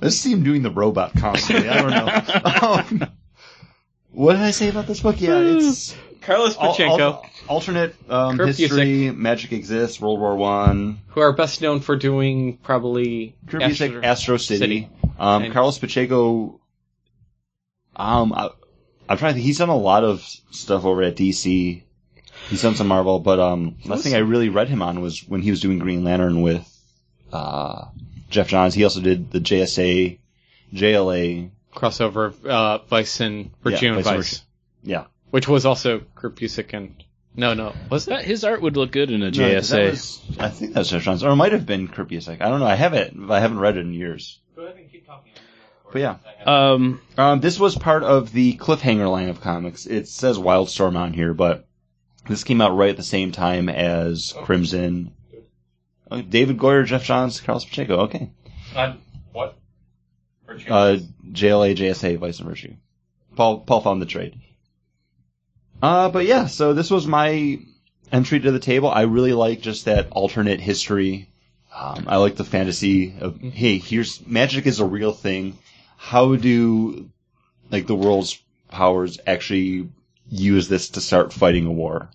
Speaker 3: let's see him doing the robot constantly i don't know um, what did i say about this book yeah it's
Speaker 4: Carlos
Speaker 3: al-
Speaker 4: Pachenko,
Speaker 3: al- alternate um,
Speaker 4: Kurt
Speaker 3: history magic exists world war one
Speaker 4: who are best known for doing probably
Speaker 3: Kurt Busiek,
Speaker 4: Astro-
Speaker 3: astro city,
Speaker 4: City.
Speaker 3: Um,
Speaker 4: And-
Speaker 3: carlos pacheco um I, i'm trying to think he's done a lot of stuff over at dc He's done some Marvel, but um, last thing I really read him on was when he was doing Green Lantern with uh, Jeff Johns. He also did the JSA, JLA.
Speaker 4: crossover of uh, Vice and Virtue
Speaker 3: Yeah,
Speaker 4: and
Speaker 3: Vice and
Speaker 4: Vice,
Speaker 3: Virtue. Yeah,
Speaker 4: which was also Kurt Busiek and no, no, was that?
Speaker 5: His art would look good in a
Speaker 3: No, 'cause that
Speaker 5: JSA.
Speaker 3: was- I think that's Jeff Johns, or it might have been Kurt Busiek. I don't know. I haven't. I haven't read it in years. But yeah,
Speaker 5: um,
Speaker 3: um, this was part of the Cliffhanger line of comics. It says Wildstorm on here, but this came out right at the same time as Crimson. Oh, David Goyer, Jeff Johns, Carlos Pacheco. Okay.
Speaker 4: what?
Speaker 3: Uh, JLA, JSA, Vice and Virtue. Paul, Paul found the trade. Uh, but yeah, so this was my entry to the table. I really like just that alternate history. Um, I like the fantasy of, hey, here's, magic is a real thing. How do, like, the world's powers actually use this to start fighting a war?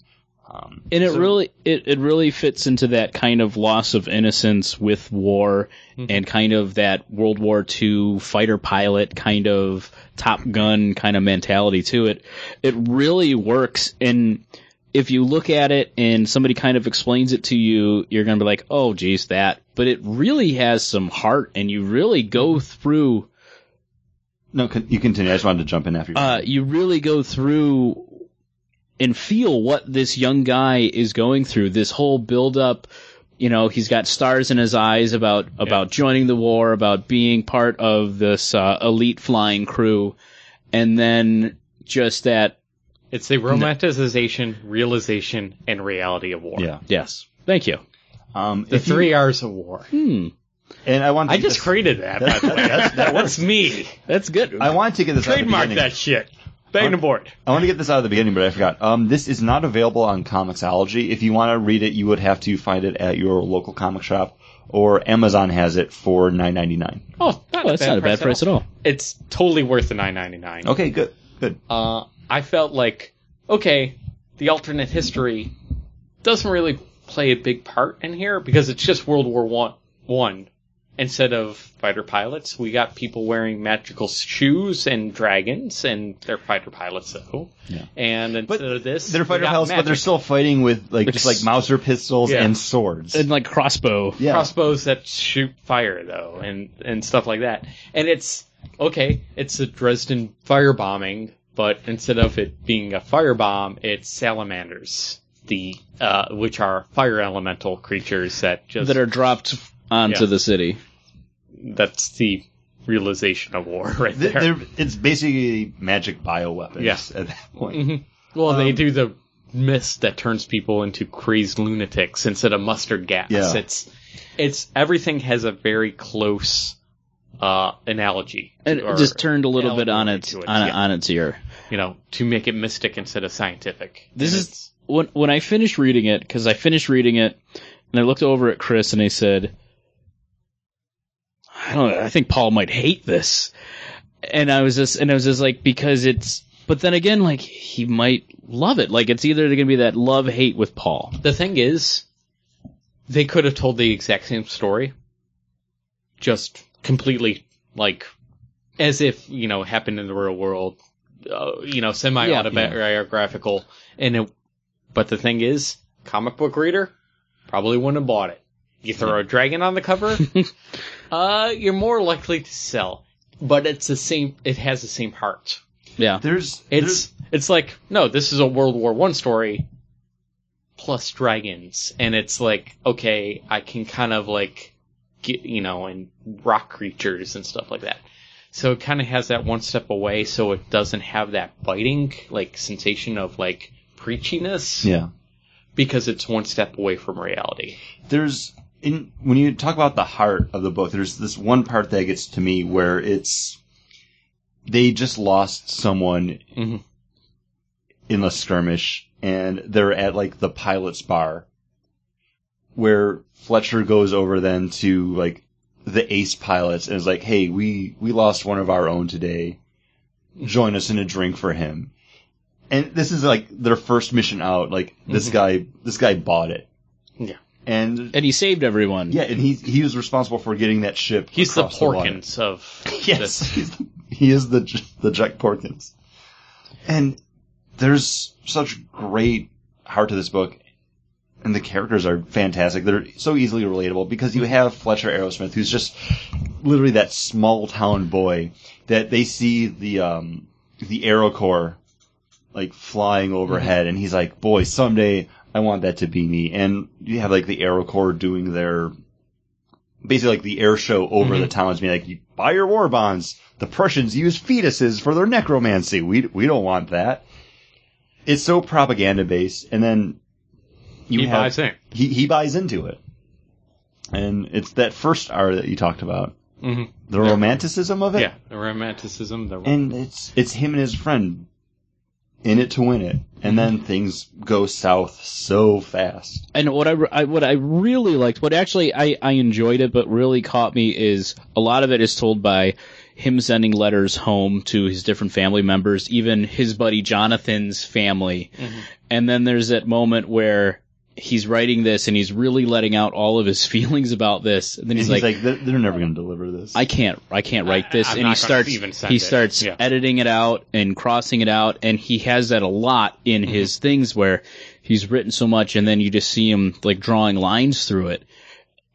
Speaker 3: Um,
Speaker 5: and it really it, it really fits into that kind of loss of innocence with war and kind of that World War II fighter pilot kind of Top Gun kind of mentality to it. It really works and if you look at it and somebody kind of explains it to you, you're going to be like, "Oh geez, that." But it really has some heart and you really go through
Speaker 3: no, con- you continue. I just wanted to jump in after you.
Speaker 5: uh, you really go through and feel what this young guy is going through. This whole build up you know, he's got stars in his eyes about about joining the war, about being part of this uh, elite flying crew, and then just that.
Speaker 4: It's the romanticization, realization, and reality of war.
Speaker 3: Yeah.
Speaker 5: Yes, thank you.
Speaker 3: Um,
Speaker 4: The
Speaker 3: if you-
Speaker 4: three R's of war.
Speaker 5: hmm,
Speaker 3: and I want.
Speaker 4: I just created that, by the way. That's, that's me.
Speaker 5: That's good.
Speaker 3: I wanted to get this out of the
Speaker 4: Trademark
Speaker 3: beginning.
Speaker 4: that shit. Bang the board.
Speaker 3: I want to get this out of the beginning, but I forgot. Um, this is not available on Comixology. If you want to read it, you would have to find it at your local comic shop, or Amazon has it for nine ninety nine.
Speaker 4: Oh, not
Speaker 5: Well, that's not a bad price at all.
Speaker 4: It's totally worth the nine ninety nine.
Speaker 3: Okay, good, good.
Speaker 4: uh, I felt like, okay, the alternate history doesn't really play a big part in here because it's just World War One. One instead of fighter pilots, we got people wearing magical shoes and dragons, and they're fighter pilots though.
Speaker 3: Yeah.
Speaker 4: And instead of this,
Speaker 3: They're
Speaker 4: we
Speaker 3: fighter
Speaker 4: got
Speaker 3: pilots, but they're
Speaker 4: magic
Speaker 3: still fighting with like just like Mauser pistols
Speaker 4: Yeah.
Speaker 3: and swords.
Speaker 5: And like crossbow.
Speaker 3: yeah,
Speaker 4: crossbows that shoot fire though and and stuff like that and it's okay it's the dresden firebombing but instead of it being a firebomb it's salamanders the uh which are fire elemental creatures that just
Speaker 5: that are dropped onto
Speaker 4: Yeah.
Speaker 5: the city.
Speaker 4: that's the realization of war right
Speaker 3: Th-
Speaker 4: there
Speaker 3: they're- it's basically magic bioweapons
Speaker 4: Yes.
Speaker 3: at that point.
Speaker 4: Mm-hmm. well
Speaker 5: um,
Speaker 4: they do the mist that turns people into crazed lunatics instead of mustard gas
Speaker 3: Yeah.
Speaker 4: it's it's everything has a very close uh analogy
Speaker 5: And
Speaker 4: or
Speaker 5: it just turned a little bit on
Speaker 4: allegory
Speaker 5: its
Speaker 4: to
Speaker 5: on,
Speaker 4: it, yeah.
Speaker 5: on its ear.
Speaker 4: you know, to make it mystic instead of scientific.
Speaker 5: This
Speaker 4: And
Speaker 5: is when when I finished reading it because I finished reading it and I looked over at Chris and I said, "I don't. know, I think Paul might hate this." And I was just and I was just like because it's. But then again, like he might love it. Like it's either going to be that love hate with Paul.
Speaker 4: the thing is, they could have told the exact same story, just completely like as if you know happened in the real world, uh, you know, semi-autobiographical. And it, but the thing is, comic book reader probably wouldn't have bought it. You throw a dragon on the cover, uh, you're more likely to sell. But it's the same. It has the same heart.
Speaker 5: Yeah.
Speaker 3: There's
Speaker 4: It's it's like no, this is a World War One story plus dragons, and it's like okay, I can kind of like get you know and rock creatures and stuff like that. So it kind of has that one step away, so it doesn't have that biting like sensation of like preachiness
Speaker 3: there's- yeah.
Speaker 4: because it's one step away from reality.
Speaker 3: there's in when you talk about the heart of the book, there's this one part that gets to me where it's they just lost someone
Speaker 4: Mhm.
Speaker 3: in a skirmish, and they're at like the pilot's bar, where Fletcher goes over then to like the ace pilots and is like, "Hey, we we lost one of our own today. Join us in a drink for him." And this is like their first mission out. Like this guy, this guy bought it.
Speaker 4: Mm-hmm. Yeah.
Speaker 3: And
Speaker 5: And he saved everyone.
Speaker 3: yeah, and he he was responsible for getting that ship.
Speaker 4: He's the
Speaker 3: across the water.
Speaker 4: Porkins of
Speaker 3: yes,
Speaker 4: this.
Speaker 3: he's the, he is the J- the Jack Porkins. And there's such great heart to this book, and the characters are fantastic. They're so easily relatable because you have Fletcher Aerosmith, who's just literally that small town boy that they see the um the Aero Corps like flying overhead, and he's like, "Boy, someday." I want that to be me. And you have like the Aero Corps doing their basically like the air show over
Speaker 4: Mm-hmm.
Speaker 3: the towns being like, you buy your war bonds. The Prussians use fetuses for their necromancy. We, we don't want that. It's so propaganda based. And then you
Speaker 4: He
Speaker 3: have,
Speaker 4: buys in.
Speaker 3: He, he buys into it. And it's that first R that you talked about.
Speaker 4: Mhm.
Speaker 3: The romanticism of it.
Speaker 4: Yeah, the romanticism, the
Speaker 3: And it's, it's him and his friend in it to win it. And then things go south so fast.
Speaker 5: and what I, re- I what I really liked, what actually I, I enjoyed it, but really caught me is a lot of it is told by him sending letters home to his different family members, even his buddy Jonathan's family, and then there's that moment where he's writing this and he's really letting out all of his feelings about this, and then
Speaker 3: And
Speaker 5: he's, like,
Speaker 3: they're, they're never going to deliver this.
Speaker 5: I can't I can't write this
Speaker 4: I'm
Speaker 5: and he
Speaker 4: not gonna
Speaker 5: starts
Speaker 4: even send
Speaker 5: he
Speaker 4: it.
Speaker 5: starts
Speaker 4: Yeah.
Speaker 5: editing it out and crossing it out and he has that a lot in
Speaker 4: Mm-hmm.
Speaker 5: his things where he's written so much and then you just see him like drawing lines through it.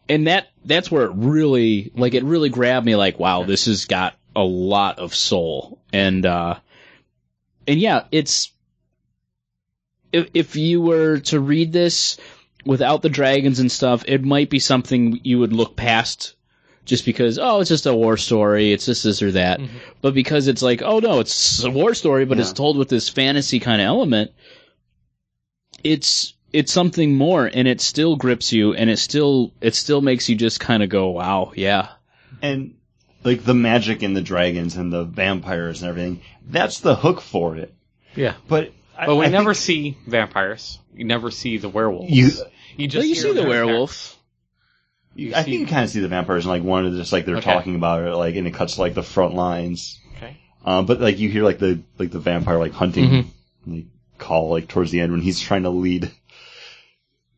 Speaker 5: And that that's where it really like it really grabbed me like wow this has got a lot of soul and uh and yeah it's if if you were to read this without the dragons and stuff, it might be something you would look past just because, oh, it's just a war story, it's just this or that. But because it's like, oh no, it's a war story, but it's told with this fantasy kind of element, it's it's something more and it still grips you and it still it still makes you just kind of go, wow, yeah.
Speaker 3: and like the magic and the dragons and the vampires and everything. That's the hook for it.
Speaker 4: Yeah.
Speaker 3: But I,
Speaker 4: But we
Speaker 3: I
Speaker 4: never
Speaker 3: think
Speaker 4: see vampires. You never see the werewolves.
Speaker 3: you.
Speaker 4: just
Speaker 5: Well, you
Speaker 4: hear
Speaker 5: see the
Speaker 4: their
Speaker 5: werewolf.
Speaker 4: You
Speaker 3: I
Speaker 4: see-
Speaker 3: think you kind of see the vampires in like one of the, just like they're
Speaker 4: Okay.
Speaker 3: talking about it, like and it cuts to, like the front lines.
Speaker 4: attacks. Okay.
Speaker 3: Um, but like you hear like the like the vampire like hunting
Speaker 4: Mhm.
Speaker 3: like call like towards the end when he's trying to lead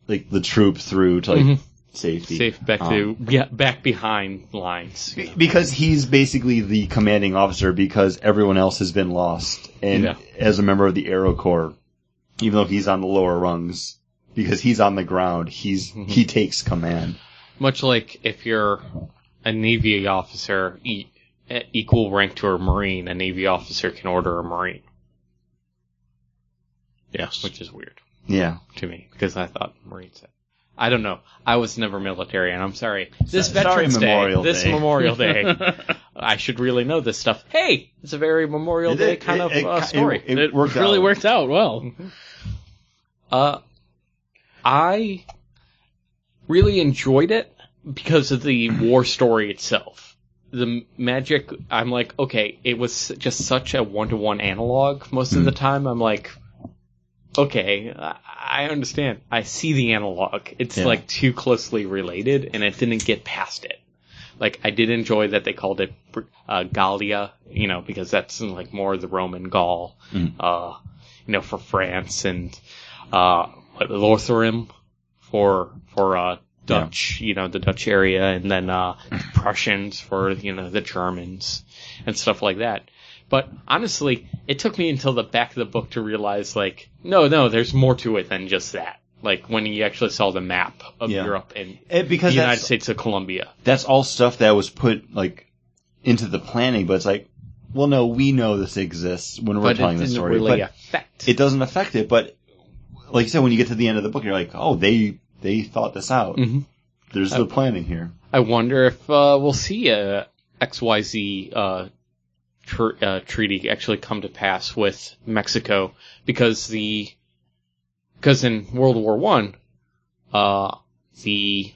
Speaker 3: like the troop through to like
Speaker 4: Mhm.
Speaker 3: safety. Um,
Speaker 4: Safe back to yeah, back behind lines.
Speaker 3: Be- Because he's basically the commanding officer because everyone else has been lost. And
Speaker 4: Yeah.
Speaker 3: as a member of the Arrow Corps, even though he's on the lower rungs, because he's on the ground, he's
Speaker 4: Mm-hmm.
Speaker 3: he takes command.
Speaker 4: Much like if you're a Navy officer, e- eh, equal rank to a Marine, a Navy officer can order a Marine,
Speaker 5: Yes.
Speaker 4: which is weird
Speaker 3: Yeah.
Speaker 4: to me because I thought Marines. Had. I don't know. I was never military, and I'm sorry. This
Speaker 3: So-
Speaker 4: Veterans
Speaker 3: sorry,
Speaker 4: Day,
Speaker 3: Memorial
Speaker 4: this
Speaker 3: Day.
Speaker 4: Memorial Day, I should really know this stuff. Hey, it's a very Memorial
Speaker 3: It-
Speaker 4: Day
Speaker 3: it-
Speaker 4: kind of
Speaker 3: it-
Speaker 4: uh,
Speaker 3: it-
Speaker 4: story.
Speaker 3: it
Speaker 5: It
Speaker 3: worked
Speaker 5: really
Speaker 3: out. Mm-hmm.
Speaker 5: worked out well.
Speaker 4: Uh, I really enjoyed it because of the war story itself. The m- magic, I'm like, okay, it was just such a one to one analog most of the time. I'm like, okay, I- I understand. I see the analog. It's
Speaker 3: Yeah.
Speaker 4: like too closely related and it didn't get past it. Like, I did enjoy that they called it uh, Gallia, you know, because that's like more of the Roman Gaul, uh, you know, for France and uh, what, Lotharim for for uh, Dutch, you know, the Dutch area, and then uh,
Speaker 3: Mm-hmm.
Speaker 4: Prussians for you know the Germans and stuff like that. But honestly, it took me until the back of the book to realize, like, no, no, there's more to it than just that. Like when you actually saw the map of
Speaker 3: Yeah.
Speaker 4: Europe and
Speaker 3: It-
Speaker 4: the
Speaker 3: because
Speaker 4: United
Speaker 3: that's,
Speaker 4: States of Colombia.
Speaker 3: that's all stuff that was put like into the planning, but it's like, well, no, we know this exists when we're
Speaker 4: But it
Speaker 3: telling the
Speaker 4: didn't
Speaker 3: story.
Speaker 4: really
Speaker 3: but
Speaker 4: affect.
Speaker 3: it doesn't affect it. But like you said, when you get to the end of the book, you're like, oh, they they thought this out.
Speaker 4: Mhm.
Speaker 3: There's the planning here.
Speaker 4: I wonder if uh, we'll see a XYZ uh, tr- uh, treaty actually come to pass with Mexico because the because in World War One, uh, the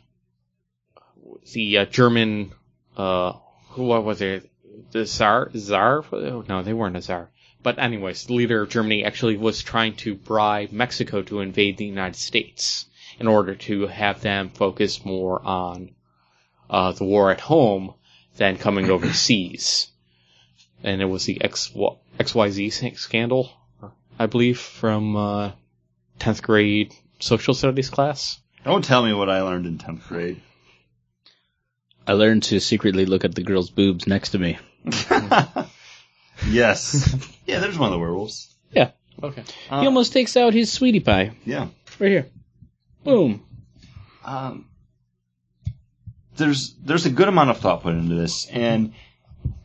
Speaker 4: the uh, German uh, who what was it the czar czar oh, no they weren't a czar but anyways the leader of Germany actually was trying to bribe Mexico to invade the United States in order to have them focus more on uh, the war at home than coming overseas. And it was the X, XYZ scandal, I believe, from uh, 10th grade social studies class.
Speaker 3: Don't tell me what I learned in tenth grade.
Speaker 5: I learned to secretly look at the girl's boobs next to me.
Speaker 3: Yes. yeah, there's one of the werewolves.
Speaker 5: Yeah.
Speaker 4: Okay.
Speaker 5: he almost takes out his sweetie pie
Speaker 3: Yeah.
Speaker 5: right here. Boom.
Speaker 3: Um, there's there's a good amount of thought put into this, and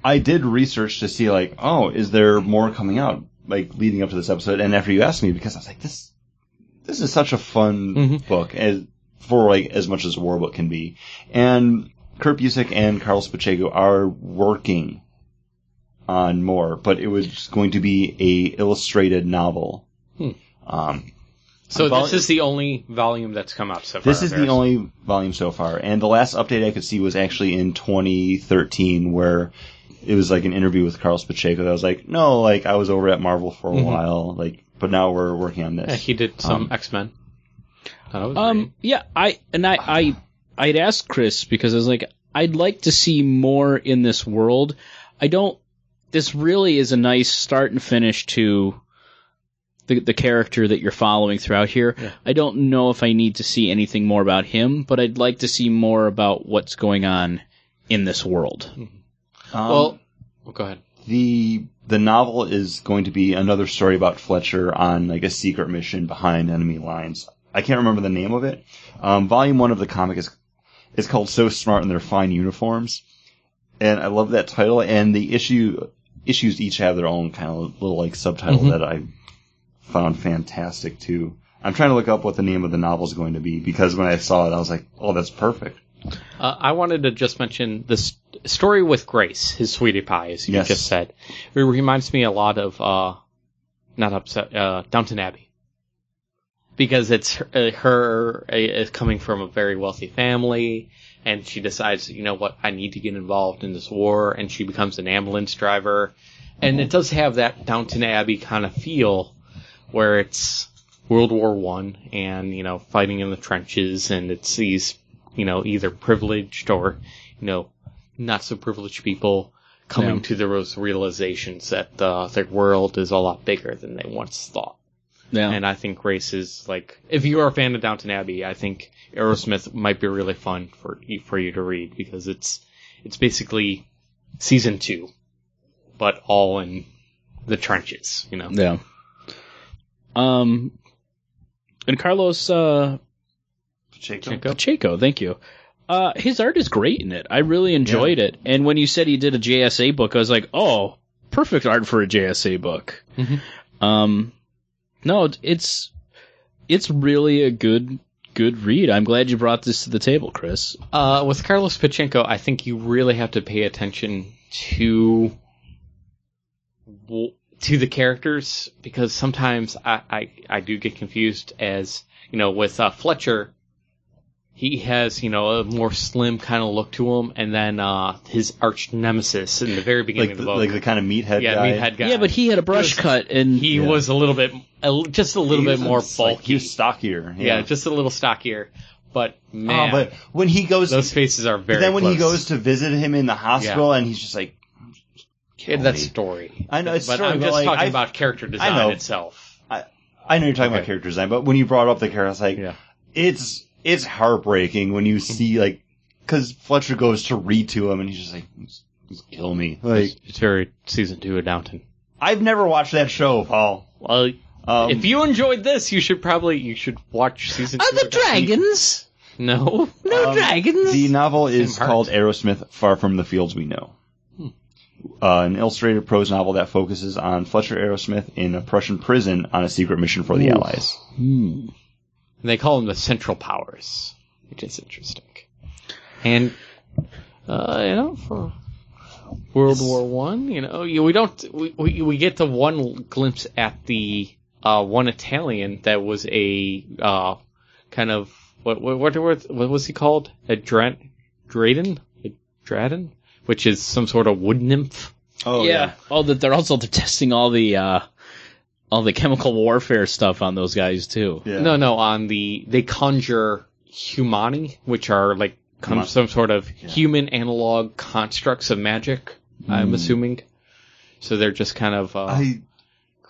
Speaker 3: I did research to see like, oh, is there more coming out like leading up to this episode? And after you asked me, because I was like, this this is such a fun book as for like as much as a war book can be, and Kurt Busick and Carlos Pacheco are working on more, but it was going to be a illustrated novel. Um,
Speaker 4: So
Speaker 3: Vol-
Speaker 4: this is the only volume that's come out so far.
Speaker 3: this is the
Speaker 4: Barris.
Speaker 3: only volume so far, and the last update I could see was actually in 2013, where it was like an interview with Carlos Pacheco. That was like, no, like I was over at Marvel for a while, like, but now we're working on
Speaker 4: Mm-hmm. Yeah,
Speaker 3: this.
Speaker 4: he did some X Men.
Speaker 5: Um. Yeah. I and I I I'd asked Chris because I was like, I'd like to see more in this world. I don't. This really is a nice start and finish to the the character that you're following throughout here. I don't know if I need to see anything more about him, but I'd like to see more about what's going on in this world.
Speaker 3: Um,
Speaker 4: well, well, oh, go ahead.
Speaker 3: the the novel is going to be another story about Fletcher on like a secret mission behind enemy lines. I can't remember the name of it. Um, volume one of the comic is is called "So Smart in Their Fine Uniforms," and I love that title. And the issue issues each have their own kind of little like subtitle that I found fantastic too. I'm trying to look up what the name of the novel is going to be because when I saw it, I was like, oh, that's perfect.
Speaker 4: Uh, I wanted to just mention this story with Grace, his sweetie pie, as you
Speaker 3: Yes.
Speaker 4: just said. It reminds me a lot of uh, not upset uh, Downton Abbey because it's her, uh, her uh, is coming from a very wealthy family, and she decides, you know what, I need to get involved in this war, and she becomes an ambulance driver, and it does have that Downton Abbey kind of feel where it's World War One and you know fighting in the trenches, and it's these you know either privileged or you know not so privileged people coming
Speaker 5: Yeah.
Speaker 4: to those realizations that uh, their world is a lot bigger than they once thought.
Speaker 5: Yeah.
Speaker 4: And I think Grace is like, if you are a fan of Downton Abbey, I think Aerosmith might be really fun for for you to read because it's it's basically season two, but all in the trenches, you know.
Speaker 5: Yeah. Um, and Carlos uh,
Speaker 3: Pacheco?
Speaker 5: Pacheco, thank you. Uh, his art is great in it. I really enjoyed it. And when you said he did a JSA book, I was like, oh, perfect art for a JSA book.
Speaker 4: Mhm.
Speaker 5: Um, no, it- it's it's really a good good read. I'm glad you brought this to the table, Chris.
Speaker 4: Uh, with Carlos Pachinko, I think you really have to pay attention to w- to the characters because sometimes I, I, I do get confused as you know with uh, Fletcher, he has you know a more slim kind of look to him, and then uh, his arch nemesis in the very beginning
Speaker 3: Like
Speaker 4: of
Speaker 3: the,
Speaker 4: the book,
Speaker 3: like the kind of meathead
Speaker 4: yeah,
Speaker 3: guy.
Speaker 4: meathead guy.
Speaker 5: Yeah, but he had a brush
Speaker 4: Yes.
Speaker 5: cut, and
Speaker 4: he
Speaker 3: Yeah.
Speaker 4: was a little bit a, l- just a little
Speaker 3: He
Speaker 4: bit
Speaker 3: was
Speaker 4: more
Speaker 3: just, like, he
Speaker 4: bulky.
Speaker 3: was stockier.
Speaker 4: yeah. just a little stockier. But
Speaker 3: Oh,
Speaker 4: man,
Speaker 3: but when he goes,
Speaker 4: those faces are very.
Speaker 3: then when he
Speaker 4: close.
Speaker 3: goes to visit him in the hospital, and he's just like,
Speaker 4: Yeah,
Speaker 3: kill
Speaker 4: that's
Speaker 3: me.
Speaker 4: story.
Speaker 3: I know, it's
Speaker 4: but
Speaker 3: story,
Speaker 4: I'm
Speaker 3: but,
Speaker 4: just
Speaker 3: like,
Speaker 4: talking
Speaker 3: I-
Speaker 4: about character design
Speaker 3: know.
Speaker 4: itself.
Speaker 3: I know you're talking about
Speaker 4: Okay.
Speaker 3: character design, but when you brought up the character, I was like,
Speaker 4: Yeah. Mm-hmm.
Speaker 3: it's it's heartbreaking when you see like because Fletcher goes to read to him, and he's just like, just, just kill me. Like
Speaker 4: it's, it's very season two of Downton.
Speaker 3: I've never watched that show, Paul.
Speaker 4: Well,
Speaker 3: Um, Oh,
Speaker 4: if you enjoyed this, you should probably you should watch season two. of Downton.
Speaker 5: dragons?
Speaker 4: No,
Speaker 5: No
Speaker 1: Um,
Speaker 5: dragons.
Speaker 3: the novel is
Speaker 4: heart.
Speaker 3: called Aerosmith: Far from the Fields We Know.
Speaker 4: Hmm.
Speaker 3: Uh, an illustrated prose novel that focuses on Fletcher Aerosmith in a Prussian prison on a secret mission for the Allies.
Speaker 4: they call them the Central Powers, which is interesting. And uh, you know, for World War One, you know, you- we don't we, we we get the one glimpse at the uh, one Italian that was a uh, kind of what what what, were- what was he called? A dra- Draden, a Draden, which is some sort of wood nymph.
Speaker 3: Oh
Speaker 5: yeah. Oh, that they're also they're testing all the uh, all the chemical warfare stuff on those guys too.
Speaker 3: yeah.
Speaker 4: No, no, on the they conjure humani, which are like come
Speaker 3: Human-
Speaker 4: some sort of human analog constructs of magic. I'm assuming. So they're just kind of uh,
Speaker 3: Hmm. I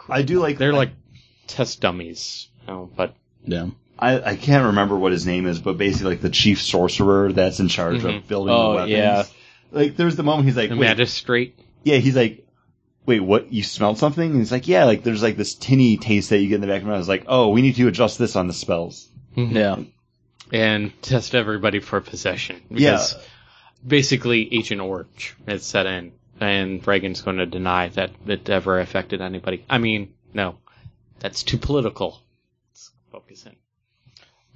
Speaker 3: I do like
Speaker 4: they're like test dummies. you know, but
Speaker 5: Yeah.
Speaker 3: I, I can't remember what his name is, but basically like the chief sorcerer that's in charge of building
Speaker 5: Oh,
Speaker 3: the weapons.
Speaker 5: yeah.
Speaker 3: Like there's the moment he's like,
Speaker 4: Mm-hmm. the
Speaker 3: wait,
Speaker 4: magistrate.
Speaker 3: yeah, he's like, wait, what? You smelled something? And he's like, yeah, like there's like this tinny taste that you get in the back of my mouth. It's like, oh, we need to adjust this on the spells.
Speaker 5: Yeah.
Speaker 4: and test everybody for possession. Because basically Agent Orange has set in, and Reagan's going to deny that it ever affected anybody. I mean, no, that's too political. Let's focus in.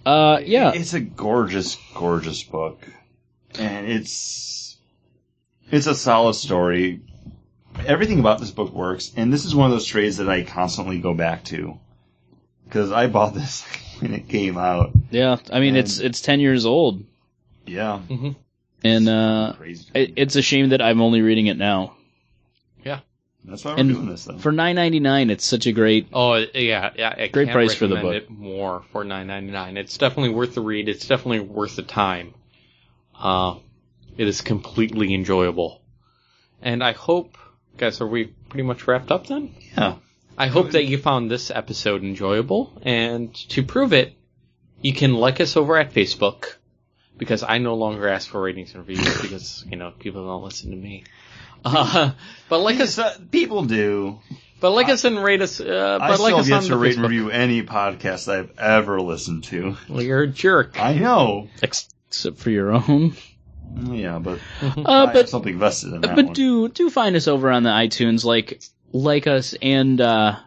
Speaker 5: Uh, yeah.
Speaker 3: It's a gorgeous, gorgeous book, and it's it's a solid story. Everything about this book works, and this is one of those trades that I constantly go back to because I bought this when it came out.
Speaker 5: Yeah, I mean it's it's ten years old,
Speaker 3: Yeah,
Speaker 5: and uh,
Speaker 3: crazy.
Speaker 5: it, it's a shame that I'm only reading it now.
Speaker 3: That's why we're doing
Speaker 5: And
Speaker 3: this though.
Speaker 5: for nine ninety nine, it's such a great.
Speaker 4: Oh yeah, yeah. I
Speaker 5: Great
Speaker 4: can't
Speaker 5: price for the
Speaker 4: recommend
Speaker 5: book.
Speaker 4: It more for nine ninety nine. It's definitely worth the read. It's definitely worth the time. Uh, it is completely enjoyable, and I hope, guys, are we pretty much wrapped up then?
Speaker 3: yeah.
Speaker 4: I hope that you found this episode enjoyable, and to prove it, you can like us over at Facebook, because I no longer ask for ratings and reviews because you know people don't listen to me. Uh, but like us,
Speaker 3: Uh, people do.
Speaker 4: but like us and rate us. Uh,
Speaker 3: I
Speaker 4: but like
Speaker 3: still
Speaker 4: us
Speaker 3: get
Speaker 4: on
Speaker 3: to
Speaker 4: the
Speaker 3: rate and
Speaker 4: Facebook.
Speaker 3: review any podcast I've ever listened to.
Speaker 4: Well, you're a jerk.
Speaker 3: I know.
Speaker 5: ex- Except for your own,
Speaker 3: Yeah, but I
Speaker 5: uh,
Speaker 3: have
Speaker 5: but
Speaker 3: something vested in that
Speaker 5: but
Speaker 3: one.
Speaker 5: do do find us over on the iTunes, like like us and uh,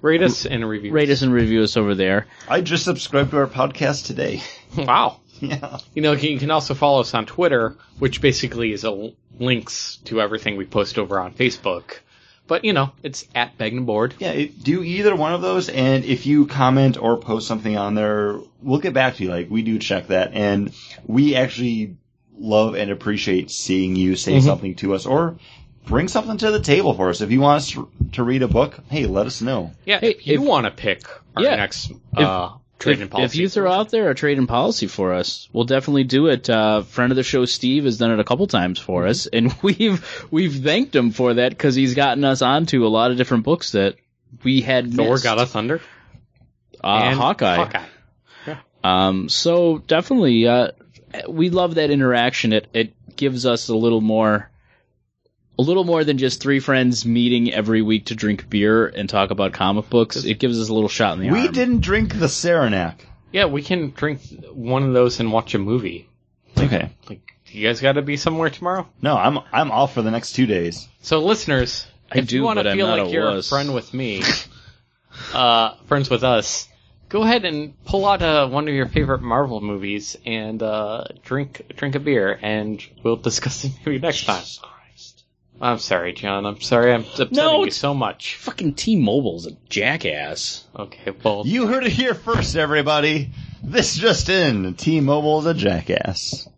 Speaker 4: Rate us and review.
Speaker 5: Rate us and review us over there.
Speaker 3: I just subscribed to our podcast today.
Speaker 4: Wow.
Speaker 3: yeah.
Speaker 4: You know, you can also follow us on Twitter, which basically is a l- links to everything we post over on Facebook. But you know, it's at Begging Board.
Speaker 3: Yeah, it- do either one of those, and if you comment or post something on there, we'll get back to you. Like, we do check that, and we actually love and appreciate seeing you say something to us or bring something to the table for us. If you want us to read a book, hey, let us know.
Speaker 4: Yeah,
Speaker 5: Hey,
Speaker 4: if you
Speaker 5: if-
Speaker 4: want to pick our
Speaker 5: Yeah.
Speaker 4: next uh, trade and
Speaker 5: If,
Speaker 4: policy,
Speaker 5: if you throw out there a trade and policy for us, we'll definitely do it. Uh, friend of the show, Steve, has done it a couple times for
Speaker 4: Mm-hmm.
Speaker 5: us, and we've we've thanked him for that because he's gotten us onto a lot of different books that we had.
Speaker 4: Thor
Speaker 5: missed.
Speaker 4: got a thunder
Speaker 5: Uh,
Speaker 4: and
Speaker 5: Hawkeye.
Speaker 4: Hawkeye.
Speaker 5: Um, so definitely, uh, we love that interaction. It it gives us a little more, a little more than just three friends meeting every week to drink beer and talk about comic books. It gives us a little shot in the
Speaker 3: We
Speaker 5: arm.
Speaker 3: didn't drink the Saranac.
Speaker 4: Yeah, we can drink one of those and watch a movie.
Speaker 3: Okay.
Speaker 4: Like, you guys got to be somewhere tomorrow.
Speaker 3: No, I'm I'm off for the next two days.
Speaker 4: So, listeners,
Speaker 5: I
Speaker 4: if
Speaker 5: do,
Speaker 4: you want
Speaker 5: but
Speaker 4: to
Speaker 5: I'm
Speaker 4: feel
Speaker 5: not
Speaker 4: like
Speaker 5: a
Speaker 4: you're
Speaker 5: wuss.
Speaker 4: a friend with me, uh, friends with us, go ahead and pull out uh, one of your favorite Marvel movies and uh, drink drink a beer, and we'll discuss the movie next time. I'm sorry, John. I'm sorry. I'm upsetting
Speaker 5: No,
Speaker 4: you
Speaker 5: it's-
Speaker 4: so much.
Speaker 5: Fucking T-Mobile's a jackass.
Speaker 4: Okay, well,
Speaker 3: You heard it here first, everybody. This just in: T-Mobile's a jackass.